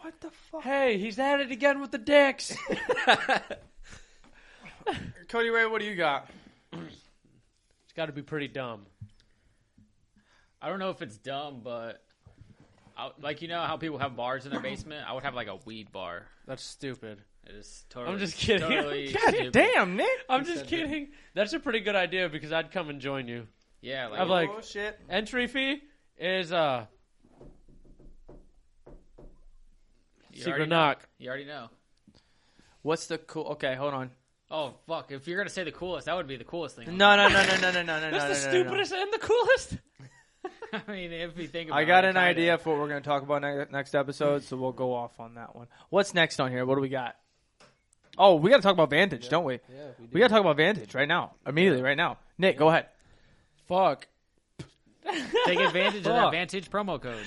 [SPEAKER 1] What the fuck?
[SPEAKER 2] Hey, he's at it again with the dicks.
[SPEAKER 1] Cody Ray, what do you got?
[SPEAKER 2] it's got to be pretty dumb.
[SPEAKER 4] I don't know if it's dumb, but I, like you know how people have bars in their basement, I would have like a weed bar.
[SPEAKER 2] That's stupid.
[SPEAKER 4] It is totally.
[SPEAKER 2] just kidding.
[SPEAKER 4] Totally
[SPEAKER 2] God
[SPEAKER 4] stupid.
[SPEAKER 1] Damn, Nick.
[SPEAKER 2] I'm just kidding. That's a pretty good idea because I'd come and join you.
[SPEAKER 4] Yeah, like,
[SPEAKER 2] I'm like-
[SPEAKER 1] oh shit.
[SPEAKER 2] Entry fee is uh
[SPEAKER 4] you already
[SPEAKER 2] secret
[SPEAKER 4] know.
[SPEAKER 2] knock.
[SPEAKER 4] You already know.
[SPEAKER 1] What's the cool? Okay, hold on.
[SPEAKER 4] Oh fuck! If you're gonna say the coolest, that would be the coolest thing.
[SPEAKER 1] No, no, no, no, no, no, no, no,
[SPEAKER 2] That's
[SPEAKER 1] no,
[SPEAKER 2] the
[SPEAKER 1] no, no, no.
[SPEAKER 2] stupidest and the coolest.
[SPEAKER 4] I mean, if you think about
[SPEAKER 1] I
[SPEAKER 4] it,
[SPEAKER 1] got an
[SPEAKER 4] kinda.
[SPEAKER 1] idea for what we're gonna talk about ne- next episode, so we'll go off on that one. What's next on here? What do we got? Oh, we gotta talk about Vantage, don't we?
[SPEAKER 5] Yeah, we do.
[SPEAKER 1] We gotta talk about Vantage right now, immediately, right now. Nick, go ahead.
[SPEAKER 2] Fuck.
[SPEAKER 4] Take advantage of
[SPEAKER 2] Fuck.
[SPEAKER 4] that Vantage promo code.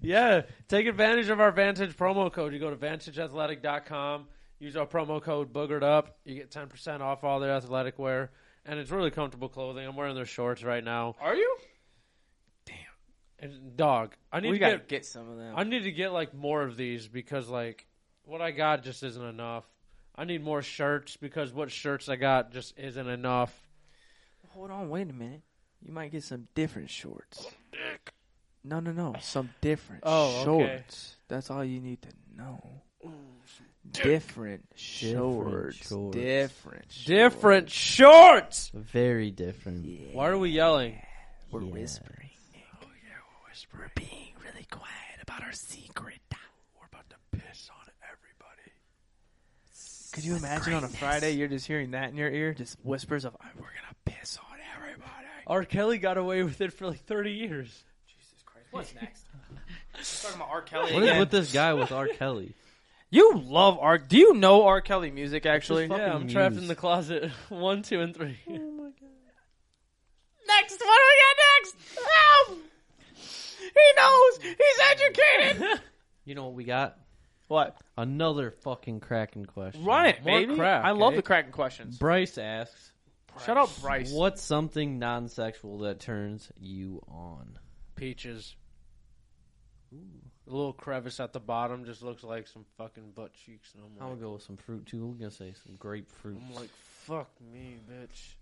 [SPEAKER 2] Yeah, take advantage of our Vantage promo code. You go to vantageathletic.com, use our promo code boogered up. You get 10% off all their athletic wear, and it's really comfortable clothing. I'm wearing their shorts right now.
[SPEAKER 1] Are you?
[SPEAKER 2] And dog, I need
[SPEAKER 1] We
[SPEAKER 2] to get,
[SPEAKER 1] gotta get some of them.
[SPEAKER 2] I need to get like more of these because like what I got just isn't enough. I need more shirts because what shirts I got just isn't enough.
[SPEAKER 1] Hold on, wait a minute. You might get some different shorts. No, no, no. Some different
[SPEAKER 2] Oh, okay.
[SPEAKER 1] shorts. That's all you need to know. Different shorts.
[SPEAKER 5] shorts.
[SPEAKER 1] Different shorts.
[SPEAKER 2] Different shorts.
[SPEAKER 5] Very different. Yeah.
[SPEAKER 2] Why are we yelling?
[SPEAKER 1] We're
[SPEAKER 5] Yeah.
[SPEAKER 1] whispering. Oh, yeah, we're whispering. We're being really quiet about our secret. We're about to piss on everybody. Could you imagine on a Friday you're just hearing that in your ear? Just whispers of, "Oh, we're going to piss on everybody.
[SPEAKER 2] R. Kelly got away with it for like 30 years.
[SPEAKER 1] Jesus Christ. What's next? talking about R. Kelly
[SPEAKER 5] What is with this guy with R. Kelly?
[SPEAKER 1] You love R. Do you know R. Kelly music, actually?
[SPEAKER 5] actually?
[SPEAKER 2] Yeah, I'm
[SPEAKER 5] Fucking
[SPEAKER 2] trapped
[SPEAKER 5] muse.
[SPEAKER 2] in the closet. One, two, and three. Oh my god.
[SPEAKER 1] Next. What do we got next? Help! He knows. He's educated.
[SPEAKER 5] You know what we got?
[SPEAKER 1] what?
[SPEAKER 5] Another fucking Kraken question.
[SPEAKER 1] Run it,
[SPEAKER 2] More
[SPEAKER 1] baby.
[SPEAKER 2] crack,
[SPEAKER 1] I love
[SPEAKER 2] eh?
[SPEAKER 1] the cracking questions.
[SPEAKER 5] Bryce asks,
[SPEAKER 1] Shut up, Bryce.
[SPEAKER 5] "What's something non-sexual that turns you on?"
[SPEAKER 2] Peaches. The little crevice at the bottom just looks like some fucking butt cheeks. And I'm
[SPEAKER 5] I'm gonna
[SPEAKER 2] like,
[SPEAKER 5] go with some fruit too. We're gonna say some grapefruit.
[SPEAKER 2] I'm like, fuck me, bitch.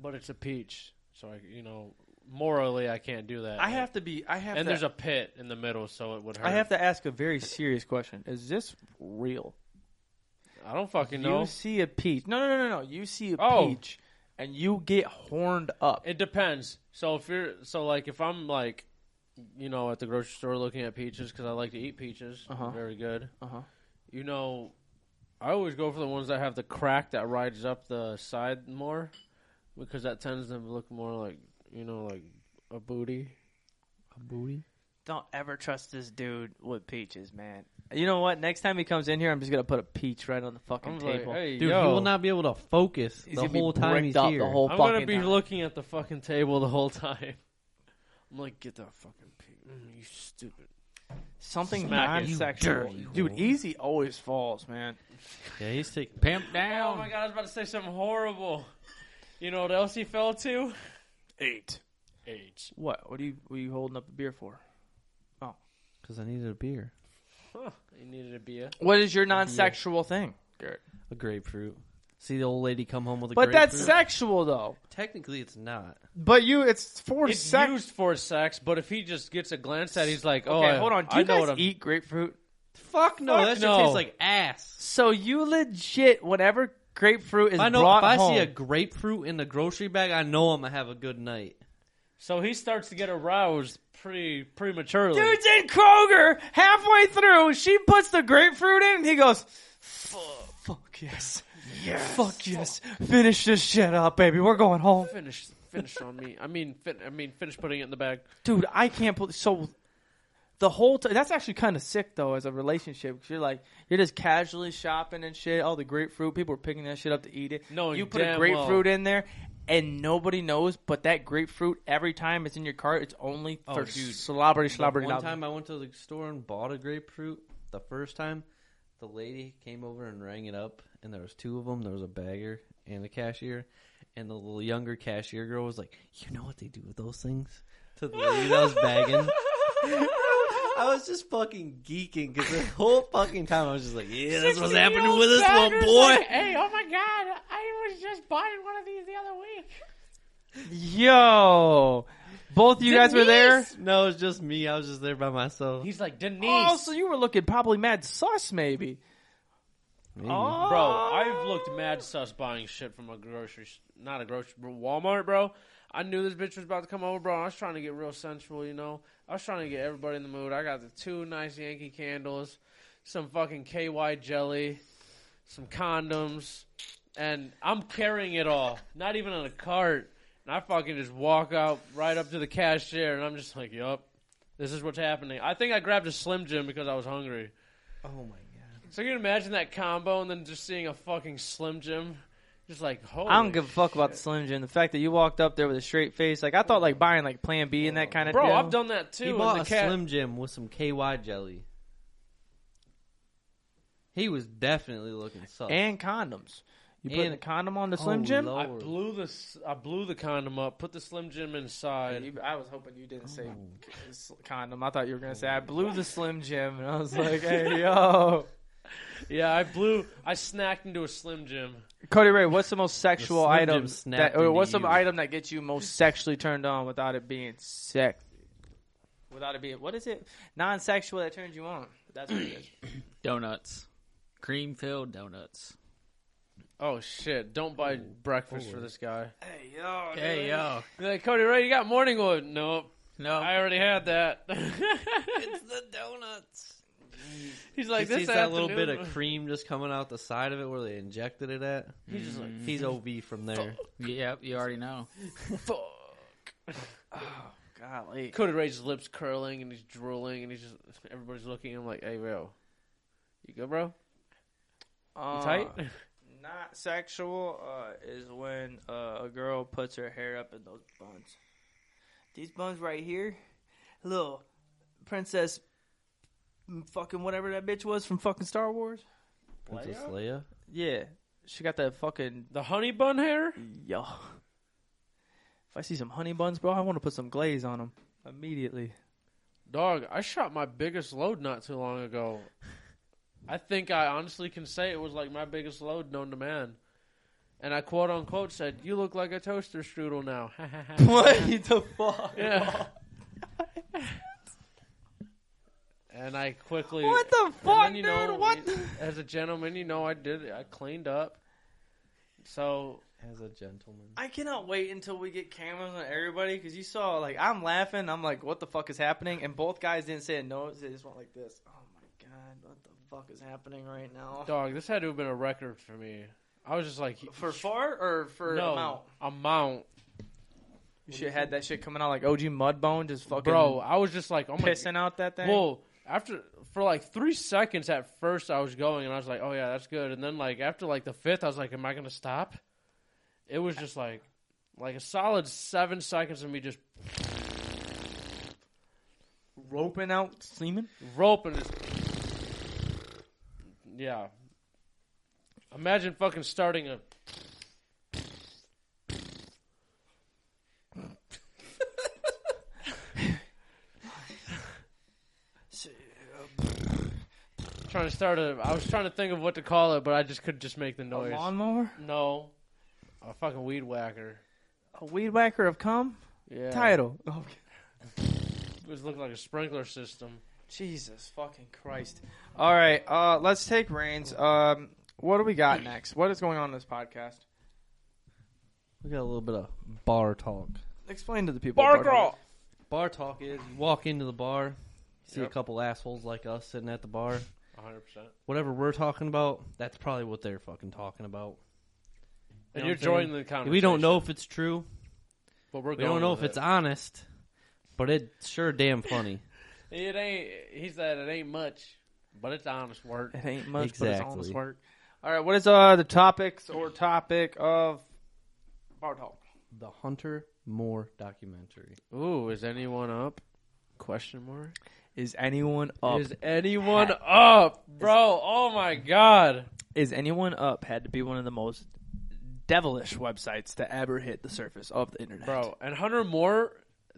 [SPEAKER 2] But it's a peach, so I, you know, morally I can't do that.
[SPEAKER 1] I have to be. I have.
[SPEAKER 2] and
[SPEAKER 1] to,
[SPEAKER 2] there's a pit in the middle, so it would hurt.
[SPEAKER 1] I have to ask a very serious question. Is this real?
[SPEAKER 2] I don't fucking know.
[SPEAKER 1] You see a peach? No, no, no, no, no. You see a
[SPEAKER 2] Oh.
[SPEAKER 1] peach, and you get horned up.
[SPEAKER 2] It depends. So if you're, so like if I'm like, you know, at the grocery store looking at peaches because I like to eat peaches, They're
[SPEAKER 1] Uh-huh.
[SPEAKER 2] very good.
[SPEAKER 1] Uh-huh.
[SPEAKER 2] You know, I always go for the ones that have the crack that rides up the side more, because that tends to look more like you know like a booty.
[SPEAKER 5] A booty.
[SPEAKER 1] Don't ever trust this dude with peaches, man. You know what? Next time he comes in here, I'm just gonna put a peach right on the fucking
[SPEAKER 2] I'm like,
[SPEAKER 1] table.
[SPEAKER 2] hey,
[SPEAKER 5] Dude,
[SPEAKER 2] yo,
[SPEAKER 5] he will not be able to focus
[SPEAKER 1] He's
[SPEAKER 5] the
[SPEAKER 1] gonna be
[SPEAKER 5] whole time
[SPEAKER 1] bricked
[SPEAKER 5] he's
[SPEAKER 1] up
[SPEAKER 5] here.
[SPEAKER 1] the whole
[SPEAKER 2] I'm gonna
[SPEAKER 1] fucking
[SPEAKER 2] be
[SPEAKER 1] time.
[SPEAKER 2] looking at the fucking table the whole time. I'm like, get that fucking peach, mm, you stupid.
[SPEAKER 1] Something
[SPEAKER 2] Smack it.
[SPEAKER 1] non-sexual,
[SPEAKER 5] You dirty
[SPEAKER 1] dude.
[SPEAKER 5] whore.
[SPEAKER 1] Easy always falls, man.
[SPEAKER 5] Yeah, he's taking.
[SPEAKER 4] Pimp
[SPEAKER 2] Oh
[SPEAKER 4] down.
[SPEAKER 2] my god, I was about to say something horrible. You know what else he fell to?
[SPEAKER 1] Eight.
[SPEAKER 2] Age.
[SPEAKER 1] What? What are you? What are you holding up the beer for?
[SPEAKER 5] Because I needed a beer.
[SPEAKER 2] Huh. He needed a beer.
[SPEAKER 1] What is your non-sexual thing? Gert.
[SPEAKER 5] A grapefruit. See the old lady come home with a
[SPEAKER 1] But
[SPEAKER 5] grapefruit.
[SPEAKER 1] that's sexual though.
[SPEAKER 5] technically it's not.
[SPEAKER 1] But you, it's for
[SPEAKER 2] It's
[SPEAKER 1] sex.
[SPEAKER 2] used for sex, but if he just gets a glance at, it, he's like, "Oh,
[SPEAKER 1] okay,
[SPEAKER 2] I,
[SPEAKER 1] hold on. Do
[SPEAKER 2] I
[SPEAKER 1] you
[SPEAKER 2] know
[SPEAKER 1] guys
[SPEAKER 2] what I'm
[SPEAKER 1] eat grapefruit?
[SPEAKER 5] Fuck no,
[SPEAKER 2] Fuck
[SPEAKER 5] that shit
[SPEAKER 2] no.
[SPEAKER 5] tastes like ass.
[SPEAKER 1] So you legit, whenever grapefruit is
[SPEAKER 5] I know
[SPEAKER 1] brought
[SPEAKER 5] if I
[SPEAKER 1] home,
[SPEAKER 5] see a grapefruit in the grocery bag, I know I'm gonna have a good night.
[SPEAKER 2] So he starts to get aroused pretty prematurely.
[SPEAKER 1] dude's in Kroger halfway through. She puts the grapefruit in, and he goes, "Fuck, fuck yes, yes, fuck yes, finish this shit up, baby. We're going home,
[SPEAKER 2] finish, finish on me. I mean, fin- I mean, finish putting it in the bag.
[SPEAKER 1] dude. I can't believe so." The whole time, that's actually kind of sick though, as a relationship, because you're like, you're just casually shopping and shit. All the grapefruit, people are picking that shit up to eat it.
[SPEAKER 2] Knowing
[SPEAKER 1] you put a
[SPEAKER 2] damn
[SPEAKER 1] grapefruit in there, and nobody knows, but that grapefruit, every time it's in your cart, it's only
[SPEAKER 2] Oh,
[SPEAKER 1] for
[SPEAKER 5] dude.
[SPEAKER 1] slobbery, slobbery,
[SPEAKER 5] One
[SPEAKER 1] slobbery.
[SPEAKER 5] time I went to the store and bought a grapefruit. The first time, the lady came over and rang it up, and there was two of them. There was a bagger and a cashier, and the little younger cashier girl was like, "You know what they do with those things?" To the lady that was bagging. I was just fucking geeking because the whole fucking time I was just like, "Yeah, that's what's happening with this one boy."
[SPEAKER 2] hey, oh my god! I was just buying one of these the other week.
[SPEAKER 1] Yo, both of you guys were there.
[SPEAKER 5] No, it was just me. I was just there by myself.
[SPEAKER 2] He's like Denise,
[SPEAKER 1] Oh, so you were looking probably mad sus, maybe. Oh,
[SPEAKER 2] bro. I've looked mad sus buying shit from a grocery, s- not a grocery, but Walmart, bro. I knew this bitch was about to come over, bro. I was trying to get real sensual, you know. I was trying to get everybody in the mood. I got the two nice Yankee candles, some fucking KY jelly, some condoms, and I'm carrying it all, not even on a cart. And I fucking just walk out right up to the cashier, and I'm just like, "Yup, this is what's happening." I think I grabbed a Slim Jim because I was hungry.
[SPEAKER 5] Oh my god.
[SPEAKER 2] So you can imagine that combo, and then just seeing a fucking Slim Jim, just like holy.
[SPEAKER 1] I don't give a fuck about the Slim Jim. The fact that you walked up there with a straight face, like I thought, like buying like Plan B and that kind of.
[SPEAKER 2] Bro,
[SPEAKER 1] deal.
[SPEAKER 2] I've done that too.
[SPEAKER 5] He
[SPEAKER 2] and
[SPEAKER 5] bought
[SPEAKER 2] the
[SPEAKER 5] a
[SPEAKER 2] cat-
[SPEAKER 5] Slim Jim with some KY jelly. He was definitely looking sus.
[SPEAKER 1] and condoms. You putting
[SPEAKER 5] And-
[SPEAKER 1] a condom on the Slim
[SPEAKER 5] Oh,
[SPEAKER 1] Jim?
[SPEAKER 2] I
[SPEAKER 5] Lord.
[SPEAKER 2] blew the s- I blew the condom up, put the Slim Jim inside.
[SPEAKER 1] You- I was hoping you didn't say s- condom. I thought you were gonna say I blew the Slim Jim, and I was like, "Hey, yo,
[SPEAKER 2] Yeah, I blew. I snacked into a Slim Jim.
[SPEAKER 1] Cody Ray, what's the most sexual
[SPEAKER 5] Slim Jim
[SPEAKER 1] item
[SPEAKER 5] snapped
[SPEAKER 1] that, or
[SPEAKER 5] into
[SPEAKER 1] what's the
[SPEAKER 5] you.
[SPEAKER 1] item that gets you most sexually turned on without it being sex? Without it being what is it? Non-sexual that turns you on. That's what it is.
[SPEAKER 4] Donuts, cream filled donuts.
[SPEAKER 2] Oh shit! Don't buy breakfast for this guy.
[SPEAKER 1] hey yo,
[SPEAKER 4] Hey yo,
[SPEAKER 2] You're like Cody Ray, you got morning wood? Nope,
[SPEAKER 5] Oh.
[SPEAKER 4] no,
[SPEAKER 2] I already had that.
[SPEAKER 5] the donuts.
[SPEAKER 2] He's like
[SPEAKER 5] he
[SPEAKER 2] this
[SPEAKER 5] sees that little bit
[SPEAKER 2] afternoon-
[SPEAKER 5] of cream just coming out the side of it where they injected it at.
[SPEAKER 2] He's just like
[SPEAKER 5] He's OB from there.
[SPEAKER 4] yep, you already know.
[SPEAKER 1] Oh, golly.
[SPEAKER 2] Cody Ray's lips curling and he's drooling and he's just everybody's looking at him like, "Hey, bro, you good, bro? You
[SPEAKER 1] Uh,
[SPEAKER 2] tight?"
[SPEAKER 1] Not sexual uh, is when uh, a girl puts her hair up in those buns. These buns right here, little princess, mm, fucking whatever that bitch was from fucking Star Wars.
[SPEAKER 5] Princess Leia.
[SPEAKER 1] Yeah, she got that fucking
[SPEAKER 2] The honey bun hair?
[SPEAKER 1] Yo. If I see some honey buns, bro, I want to put some glaze on them immediately.
[SPEAKER 2] Dog, I shot my biggest load not too long ago. I think I honestly can say it was like my biggest load known to man. And I quote unquote said, "You look like a toaster strudel now."
[SPEAKER 1] What the fuck?
[SPEAKER 2] Yeah. and I quickly
[SPEAKER 1] What the
[SPEAKER 2] And
[SPEAKER 1] fuck,
[SPEAKER 2] then, you
[SPEAKER 1] dude?
[SPEAKER 2] know,
[SPEAKER 1] what?
[SPEAKER 2] you- As a gentleman, you know, I did. it. I cleaned up. So
[SPEAKER 5] As a gentleman.
[SPEAKER 1] I cannot wait until we get cameras on everybody because you saw, like, I'm laughing. I'm like, what the fuck is happening? And both guys didn't say a no. They just went like this. Oh my god, what the fuck is happening right now?
[SPEAKER 2] Dog, this had to have been a record for me. I was just like,
[SPEAKER 1] For fart or for
[SPEAKER 2] no,
[SPEAKER 1] amount?
[SPEAKER 2] amount.
[SPEAKER 1] You should have had that shit coming out like OG Mudbone just fucking
[SPEAKER 2] bro. I was just like, oh my.
[SPEAKER 1] pissing out that thing.
[SPEAKER 2] Well, after for like three seconds at first, I was going and I was like, oh yeah, that's good. And then like after like the fifth, I was like, am I gonna stop? It was just like, like a solid seven seconds of me just
[SPEAKER 1] Roping out semen?
[SPEAKER 2] rope and just yeah. Imagine fucking starting a. trying to start a. I was trying to think of what to call it, but I just could just make the
[SPEAKER 1] A
[SPEAKER 2] noise.
[SPEAKER 1] lawnmower?
[SPEAKER 2] No, a fucking weed whacker.
[SPEAKER 1] A weed whacker of cum?
[SPEAKER 2] Yeah,
[SPEAKER 1] Title. Okay.
[SPEAKER 2] It was looking like a sprinkler system.
[SPEAKER 1] Jesus fucking Christ. All right, uh, let's take reins. Um, what do we got next? What is going on in this podcast?
[SPEAKER 5] We got a little bit of bar talk.
[SPEAKER 1] Explain to the people. Bar crawl.
[SPEAKER 5] Bar talk is you walk into the bar, see
[SPEAKER 2] Yep.
[SPEAKER 5] a couple assholes like us sitting at the bar.
[SPEAKER 2] 100. percent
[SPEAKER 5] Whatever we're talking about, that's probably what they're fucking talking about. You
[SPEAKER 2] And
[SPEAKER 5] know
[SPEAKER 2] you're
[SPEAKER 5] what I'm saying?
[SPEAKER 2] joining the conversation.
[SPEAKER 5] We don't know if it's true.
[SPEAKER 2] but we're
[SPEAKER 5] We don't
[SPEAKER 2] going
[SPEAKER 5] know if
[SPEAKER 2] with
[SPEAKER 5] it's
[SPEAKER 2] it.
[SPEAKER 5] honest, but it's sure damn funny.
[SPEAKER 2] It ain't. He said it ain't much, but it's honest work.
[SPEAKER 1] It ain't much, but it's honest
[SPEAKER 5] Exactly.
[SPEAKER 1] work. All right, what is uh, the topics or topic of bar talk?
[SPEAKER 5] the Hunter Moore documentary.
[SPEAKER 2] Ooh, is anyone up? Question mark.
[SPEAKER 1] Is anyone up?
[SPEAKER 2] Is anyone up, bro? Oh my god.
[SPEAKER 1] is anyone up had to be one of the most devilish websites to ever hit the surface of the internet.
[SPEAKER 2] Bro, and Hunter Moore,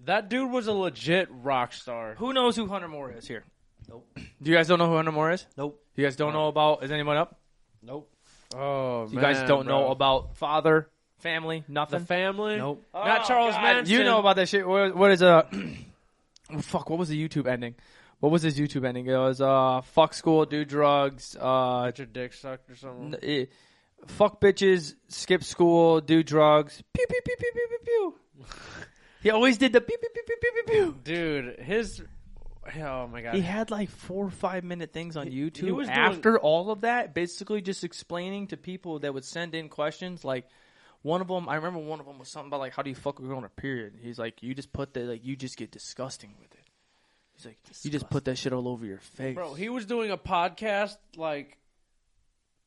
[SPEAKER 2] that dude was a legit rock star.
[SPEAKER 1] who knows who Hunter Moore is here?
[SPEAKER 5] Nope.
[SPEAKER 1] Do you guys don't know who Hunter Moore is?
[SPEAKER 5] Nope.
[SPEAKER 1] You guys don't know about is anyone up?
[SPEAKER 5] Nope.
[SPEAKER 2] Oh,
[SPEAKER 1] You guys don't know about father, family,
[SPEAKER 2] the
[SPEAKER 1] nothing.
[SPEAKER 2] family.
[SPEAKER 5] Nope.
[SPEAKER 2] Not Charles Manson.
[SPEAKER 1] You know about that shit. What, what is uh oh, fuck? What was the YouTube ending? What was his YouTube ending? It was uh fuck school, do drugs, uh
[SPEAKER 2] Get your dick sucked or something.
[SPEAKER 1] n- eh, fuck bitches, skip school, do drugs. Pew pew pew pew pew pew pew. he always did the pew pew pew pew pew pew. pew.
[SPEAKER 2] Dude, his. Oh my god.
[SPEAKER 1] He had like four or five minute things on YouTube
[SPEAKER 2] he was doing-
[SPEAKER 1] after all of that, basically just explaining to people that would send in questions. Like one of them, I remember one of them was something about like, how do you fuck a girl in a period? He's like, you just put the like, you just get disgusting with it. He's like, you just put that shit all over your face,
[SPEAKER 2] Bro, he was doing a podcast like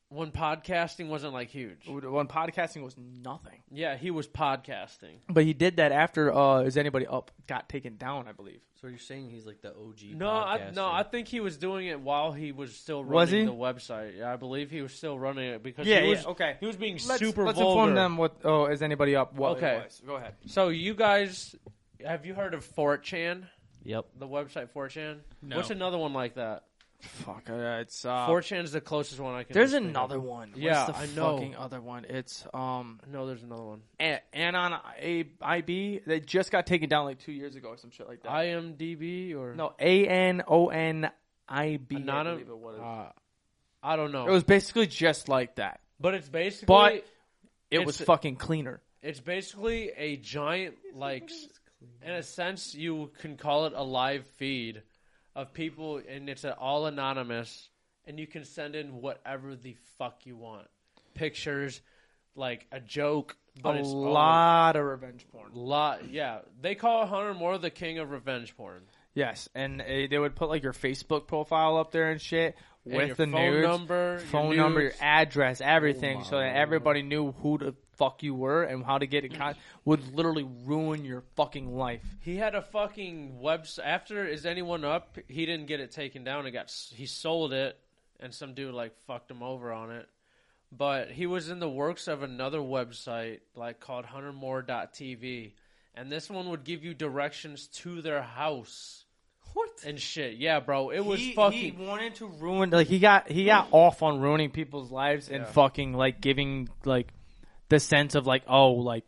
[SPEAKER 2] when podcasting wasn't like huge.
[SPEAKER 1] when podcasting was nothing,
[SPEAKER 2] Yeah, he was podcasting.
[SPEAKER 1] but he did that after uh, is anybody up got taken down? I believe.
[SPEAKER 5] So you're saying he's like the OG?
[SPEAKER 2] No, I, no, I think he was doing it while he was still running
[SPEAKER 1] Was he?
[SPEAKER 2] the website. Yeah, I believe he was still running it because
[SPEAKER 1] Yeah,
[SPEAKER 2] he
[SPEAKER 1] yeah,
[SPEAKER 2] was,
[SPEAKER 1] okay.
[SPEAKER 2] He was being
[SPEAKER 1] Let's,
[SPEAKER 2] super
[SPEAKER 1] let's
[SPEAKER 2] vulgar.
[SPEAKER 1] inform them what. Oh, is anybody up? What
[SPEAKER 2] Okay.
[SPEAKER 1] it was. go ahead.
[SPEAKER 2] So you guys, have you heard of 4chan?
[SPEAKER 5] Yep.
[SPEAKER 2] The website 4chan.
[SPEAKER 4] No.
[SPEAKER 2] What's another one like that?
[SPEAKER 1] Fuck, uh, it's uh,
[SPEAKER 2] 4chan's the closest one I can.
[SPEAKER 1] There's
[SPEAKER 2] think of.
[SPEAKER 1] another one.
[SPEAKER 2] Yeah,
[SPEAKER 1] What's the
[SPEAKER 2] I know.
[SPEAKER 1] fucking other one. It's um
[SPEAKER 2] No, there's another one.
[SPEAKER 1] A- Anon A- IB. They just got taken down like two years ago or some shit like that.
[SPEAKER 2] IMDb or
[SPEAKER 1] no, A N O N I B. I
[SPEAKER 2] Anonym-
[SPEAKER 1] believe it was.
[SPEAKER 2] Uh, I don't know.
[SPEAKER 1] it was basically just like that.
[SPEAKER 2] but it's basically
[SPEAKER 1] But it
[SPEAKER 2] It's-
[SPEAKER 1] was fucking cleaner.
[SPEAKER 2] it's basically a giant like s- in a sense you can call it a live feed of people and it's uh, all anonymous and you can send in whatever the fuck you want pictures like a joke but
[SPEAKER 1] a
[SPEAKER 2] it's all-
[SPEAKER 1] lot of revenge porn.
[SPEAKER 2] lot yeah they call hunter moore the king of revenge porn
[SPEAKER 1] Yes, and uh, they would put like your Facebook profile up there and shit
[SPEAKER 2] And
[SPEAKER 1] with
[SPEAKER 2] your
[SPEAKER 1] the
[SPEAKER 2] phone
[SPEAKER 1] nudes,
[SPEAKER 2] number your
[SPEAKER 1] phone number, your Oh
[SPEAKER 2] nudes.
[SPEAKER 1] address, everything, so that everybody knew who the fuck you were and how to get in contact. Would literally ruin your fucking life.
[SPEAKER 2] He had a fucking website. After is anyone up? He didn't get it taken down. It got s- he sold it, and some dude like fucked him over on it. But he was in the works of another website like called HunterMoore.tv, and this one would give you directions to their house
[SPEAKER 1] What?
[SPEAKER 2] and shit. Yeah, bro, it was
[SPEAKER 1] he,
[SPEAKER 2] fucking.
[SPEAKER 1] he wanted to ruin like he got he got off on ruining people's lives and fucking like giving like the sense of like oh like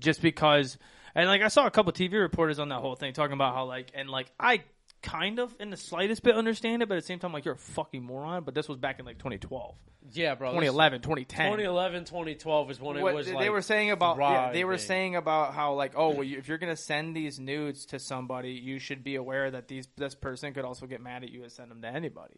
[SPEAKER 1] just because and like I saw a couple TV reporters on that whole thing talking about how like and like I kind of in the slightest bit understand it but at the same time like you're a fucking moron but this was back in like 2012
[SPEAKER 2] yeah, bro, this-
[SPEAKER 1] 2011 2010
[SPEAKER 2] 2011, 2012 is when it
[SPEAKER 1] what
[SPEAKER 2] was.
[SPEAKER 1] they
[SPEAKER 2] like,
[SPEAKER 1] were saying about yeah, they were
[SPEAKER 2] thriving.
[SPEAKER 1] saying about how like oh well you, if you're gonna send these nudes to somebody you should be aware that these this person could also get mad at you and send them to anybody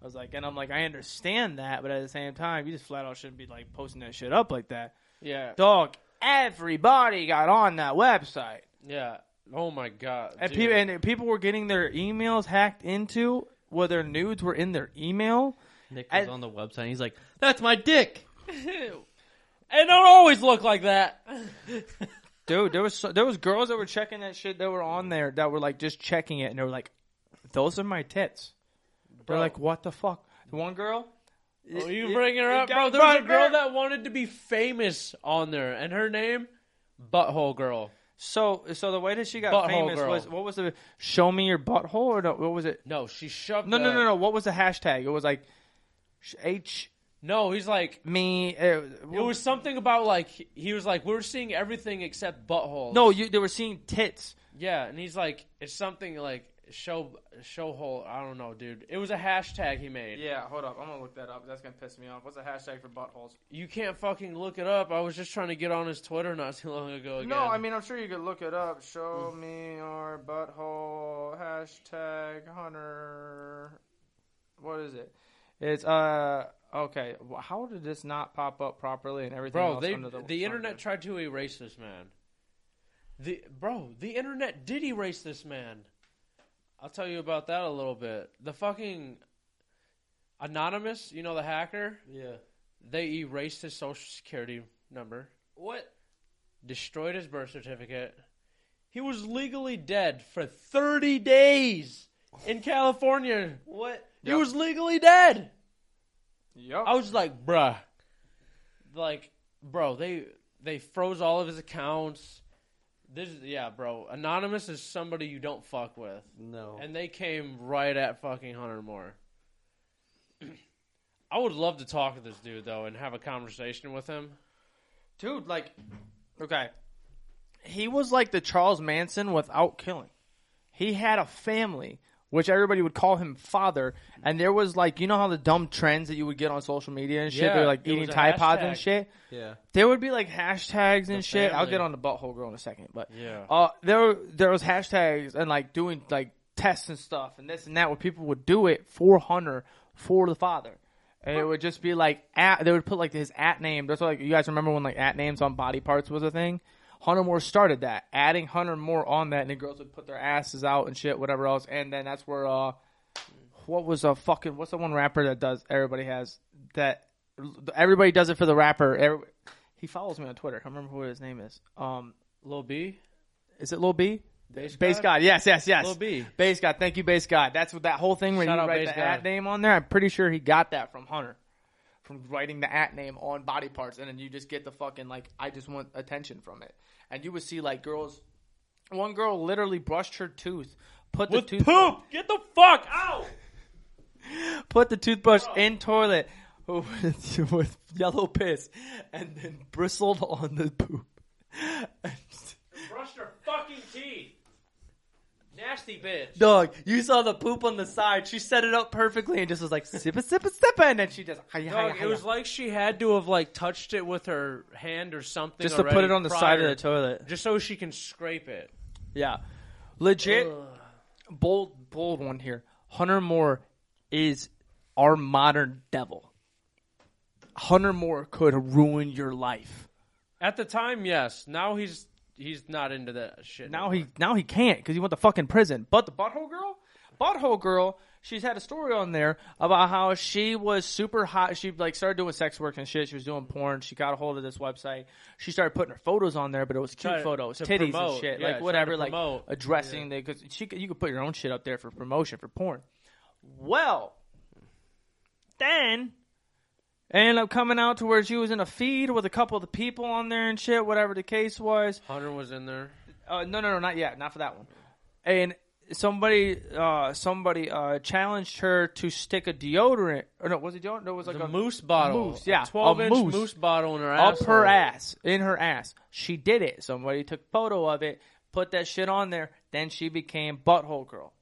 [SPEAKER 1] i was like and i'm like i understand that but at the same time you just flat out shouldn't be like posting that shit up like that
[SPEAKER 2] yeah,
[SPEAKER 1] dog everybody got on that website
[SPEAKER 2] yeah. Oh my god,
[SPEAKER 1] and
[SPEAKER 2] dude.
[SPEAKER 1] people and people were getting their emails hacked into where their nudes were in their email
[SPEAKER 5] Nick
[SPEAKER 1] I-
[SPEAKER 5] was on the website. and He's like, "That's my dick."
[SPEAKER 2] It don't always look like that.
[SPEAKER 1] Dude, there was so, there was girls that were checking that shit that were on there that were like just checking it and they were like, "Those are my tits." They're
[SPEAKER 2] Bro.
[SPEAKER 1] like, "What the fuck?" The one girl.
[SPEAKER 2] Oh, you bring her up, bro.
[SPEAKER 1] got
[SPEAKER 2] There was a
[SPEAKER 1] brought
[SPEAKER 2] girl
[SPEAKER 1] up.
[SPEAKER 2] that wanted to be famous on there, and her name, Butthole Girl.
[SPEAKER 1] So, so the way that she got
[SPEAKER 2] Butthole
[SPEAKER 1] famous
[SPEAKER 2] girl.
[SPEAKER 1] was what was the show me your butthole or no, what was it?
[SPEAKER 2] No, she shoved.
[SPEAKER 1] No, no,
[SPEAKER 2] the-
[SPEAKER 1] no, no. What was the hashtag? It was like sh- H
[SPEAKER 2] No, he's like.
[SPEAKER 1] me. uh, It,
[SPEAKER 2] It was something about like he- he was like we're seeing everything except butthole.
[SPEAKER 1] no, you. They were seeing tits.
[SPEAKER 2] Yeah, and he's like it's something like show show hole. I don't know, dude. It was a hashtag he made.
[SPEAKER 1] Yeah, hold up. I'm gonna look that up. That's gonna piss me off. What's the hashtag for buttholes?
[SPEAKER 2] You can't fucking look it up. I was just trying to get on his Twitter not too long ago. Again. Mm.
[SPEAKER 1] No, I mean I'm sure you could look it up. Show me your butthole hashtag Hunter. What is it? It's uh okay. wh- How did this not pop up properly and everything?
[SPEAKER 2] bro,
[SPEAKER 1] else
[SPEAKER 2] they
[SPEAKER 1] under
[SPEAKER 2] the,
[SPEAKER 1] the,
[SPEAKER 2] internet
[SPEAKER 1] under-
[SPEAKER 2] tried to erase this man. The bro, the internet did erase this man. I'll tell you about that a little bit. The fucking anonymous, you know the hacker.
[SPEAKER 5] Yeah.
[SPEAKER 2] They erased his social security number.
[SPEAKER 5] What?
[SPEAKER 2] destroyed his birth certificate. He was legally dead for 30 days in California.
[SPEAKER 5] What?
[SPEAKER 2] He
[SPEAKER 1] Yep.
[SPEAKER 2] was legally dead.
[SPEAKER 1] Yup.
[SPEAKER 2] I was like, bruh. Like, bro, they they froze all of his accounts. This is- yeah, bro. Anonymous is somebody you don't fuck with.
[SPEAKER 5] No.
[SPEAKER 2] And they came right at fucking Hunter Moore. I would love to talk to this dude though and have a conversation with him.
[SPEAKER 1] dude like okay he was like the charles manson without killing he had a family which everybody would call him father and there was like you know how the dumb trends that you would get on social media and shit
[SPEAKER 2] Yeah,
[SPEAKER 1] they're like
[SPEAKER 2] it was
[SPEAKER 1] eating
[SPEAKER 2] a
[SPEAKER 1] tide pods and
[SPEAKER 2] hashtag.
[SPEAKER 1] shit
[SPEAKER 5] yeah.
[SPEAKER 1] there would be like hashtags and shit i'll
[SPEAKER 2] family.
[SPEAKER 1] get on the butthole girl in a second but
[SPEAKER 2] Yeah.
[SPEAKER 1] uh, there there was hashtags and like doing like tests and stuff and this and that where people would do it for Hunter for the father. And it would just be like at they would put like his at name. That's why, like you guys remember when like at names on body parts was a thing. Hunter Moore started that, adding Hunter Moore on that, and the girls would put their asses out and shit, whatever else. And then that's where uh, what was a fucking what's the one rapper that does everybody has that everybody does it for the rapper. Every, he follows me on Twitter. I can't remember what his name is. Um,
[SPEAKER 2] Lil B,
[SPEAKER 1] is it Lil B?
[SPEAKER 2] Base
[SPEAKER 1] Base
[SPEAKER 2] God?
[SPEAKER 1] God, yes, yes, yes.
[SPEAKER 2] Lil B.
[SPEAKER 1] Base God, thank you, Base God. That's what that whole thing where
[SPEAKER 2] Shout
[SPEAKER 1] you
[SPEAKER 2] out
[SPEAKER 1] write
[SPEAKER 2] Base
[SPEAKER 1] the
[SPEAKER 2] God.
[SPEAKER 1] at name on there. I'm pretty sure he got that from Hunter, from writing the at name on body parts, and then you just get the fucking like I just want attention from it, and you would see like girls. One girl literally brushed her tooth, put
[SPEAKER 2] with
[SPEAKER 1] the tooth,
[SPEAKER 2] poop. Get the fuck out.
[SPEAKER 1] put the toothbrush in toilet with, with yellow piss, and then bristled on the poop.
[SPEAKER 2] Brush your fucking teeth. Nasty bitch.
[SPEAKER 1] Dog, you saw the poop on the side. She set it up perfectly and just was like sippa sippa sippa, and then she just hiya,
[SPEAKER 2] Dog,
[SPEAKER 1] hiya,
[SPEAKER 2] it was
[SPEAKER 1] hiya.
[SPEAKER 2] like she had to have like touched it with her hand or something.
[SPEAKER 1] just to put it on the side of the
[SPEAKER 2] toilet.
[SPEAKER 1] toilet.
[SPEAKER 2] just so she can scrape it.
[SPEAKER 1] Yeah, legit bold bold one here. Hunter Moore is our modern devil. Hunter Moore could ruin your life.
[SPEAKER 2] At the time, yes. Now he's he's not into that shit.
[SPEAKER 1] Now
[SPEAKER 2] no
[SPEAKER 1] he
[SPEAKER 2] more.
[SPEAKER 1] now he can't because he went to fucking prison. But the butthole girl, butthole girl, she's had a story on there about how she was super hot. She like started doing sex work and shit. She was doing porn. She got a hold of this website. She started putting her photos on there, but it was cute
[SPEAKER 2] Try-
[SPEAKER 1] photos,
[SPEAKER 2] to
[SPEAKER 1] titties and
[SPEAKER 2] promote.
[SPEAKER 1] shit,
[SPEAKER 2] Yeah, try
[SPEAKER 1] like
[SPEAKER 2] to
[SPEAKER 1] whatever, like
[SPEAKER 2] promote.
[SPEAKER 1] addressing the because she could- you could put your own shit up there for promotion for porn. Well, then ended up coming out to where she was in a feed with a couple of the people on there and shit, whatever the case was.
[SPEAKER 2] Hunter was in there.
[SPEAKER 1] Uh, no, no, no, not yet, not for that one. And somebody, uh, somebody uh, challenged her to stick a deodorant, or no, was it deodorant? No, it was like
[SPEAKER 2] The
[SPEAKER 1] a
[SPEAKER 2] moose bottle,
[SPEAKER 1] moose, yeah,
[SPEAKER 2] a twelve
[SPEAKER 1] a
[SPEAKER 2] inch
[SPEAKER 1] moose.
[SPEAKER 2] moose. bottle in her
[SPEAKER 1] up
[SPEAKER 2] ass,
[SPEAKER 1] her ass, in her ass. She did it. Somebody took photo of it, put that shit on there. Then she became Butthole Girl,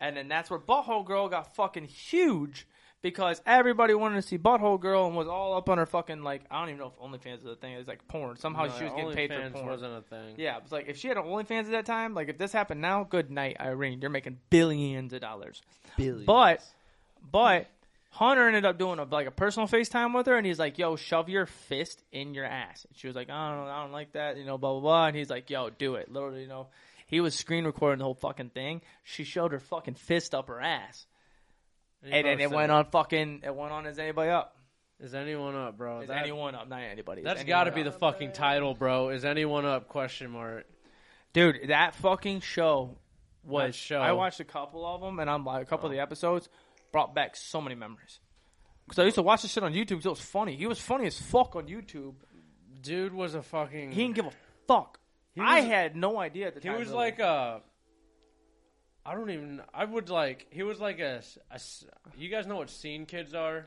[SPEAKER 1] and then that's where Butthole Girl got fucking huge. Because everybody wanted to see Butthole Girl and was all up on her fucking like I don't even know if OnlyFans is a thing. It's like porn. Somehow Oh, she was getting paid for porn.
[SPEAKER 2] wasn't a thing.
[SPEAKER 1] Yeah, it was like if she had OnlyFans at that time, like if this happened now, good night, Irene. You're making billions of dollars.
[SPEAKER 5] Billions.
[SPEAKER 1] But but Hunter ended up doing a, like a personal FaceTime with her, and he's like, "Yo, shove your fist in your ass." And she was like, "I don't, I don't like that," you know, blah blah blah. And he's like, "Yo, do it." Literally, you know, he was screen recording the whole fucking thing. She shoved her fucking fist up her ass,
[SPEAKER 2] he
[SPEAKER 1] and then it
[SPEAKER 2] posted
[SPEAKER 1] went on fucking. It went on. Is anybody up?
[SPEAKER 2] Is anyone up, bro?
[SPEAKER 1] Is
[SPEAKER 2] That-
[SPEAKER 1] anyone up? Not anybody. Is
[SPEAKER 2] that's
[SPEAKER 1] anyone
[SPEAKER 2] got to be
[SPEAKER 1] up?
[SPEAKER 2] the fucking title, bro. Is anyone up? Question mark.
[SPEAKER 1] Dude, that fucking show Oh. was.
[SPEAKER 2] That show.
[SPEAKER 1] I watched a couple of them, and I'm like a couple of the episodes brought back so many memories. Because I used to watch this shit on YouTube. 'cause it was funny. He was funny as fuck on YouTube.
[SPEAKER 2] Dude was a fucking.
[SPEAKER 1] He didn't give a fuck.
[SPEAKER 2] He
[SPEAKER 1] I
[SPEAKER 2] was-
[SPEAKER 1] had no idea at the
[SPEAKER 2] He
[SPEAKER 1] time.
[SPEAKER 2] was
[SPEAKER 1] really.
[SPEAKER 2] like a. I don't even. I would like. He was like a. s- a s- you guys know what scene kids are?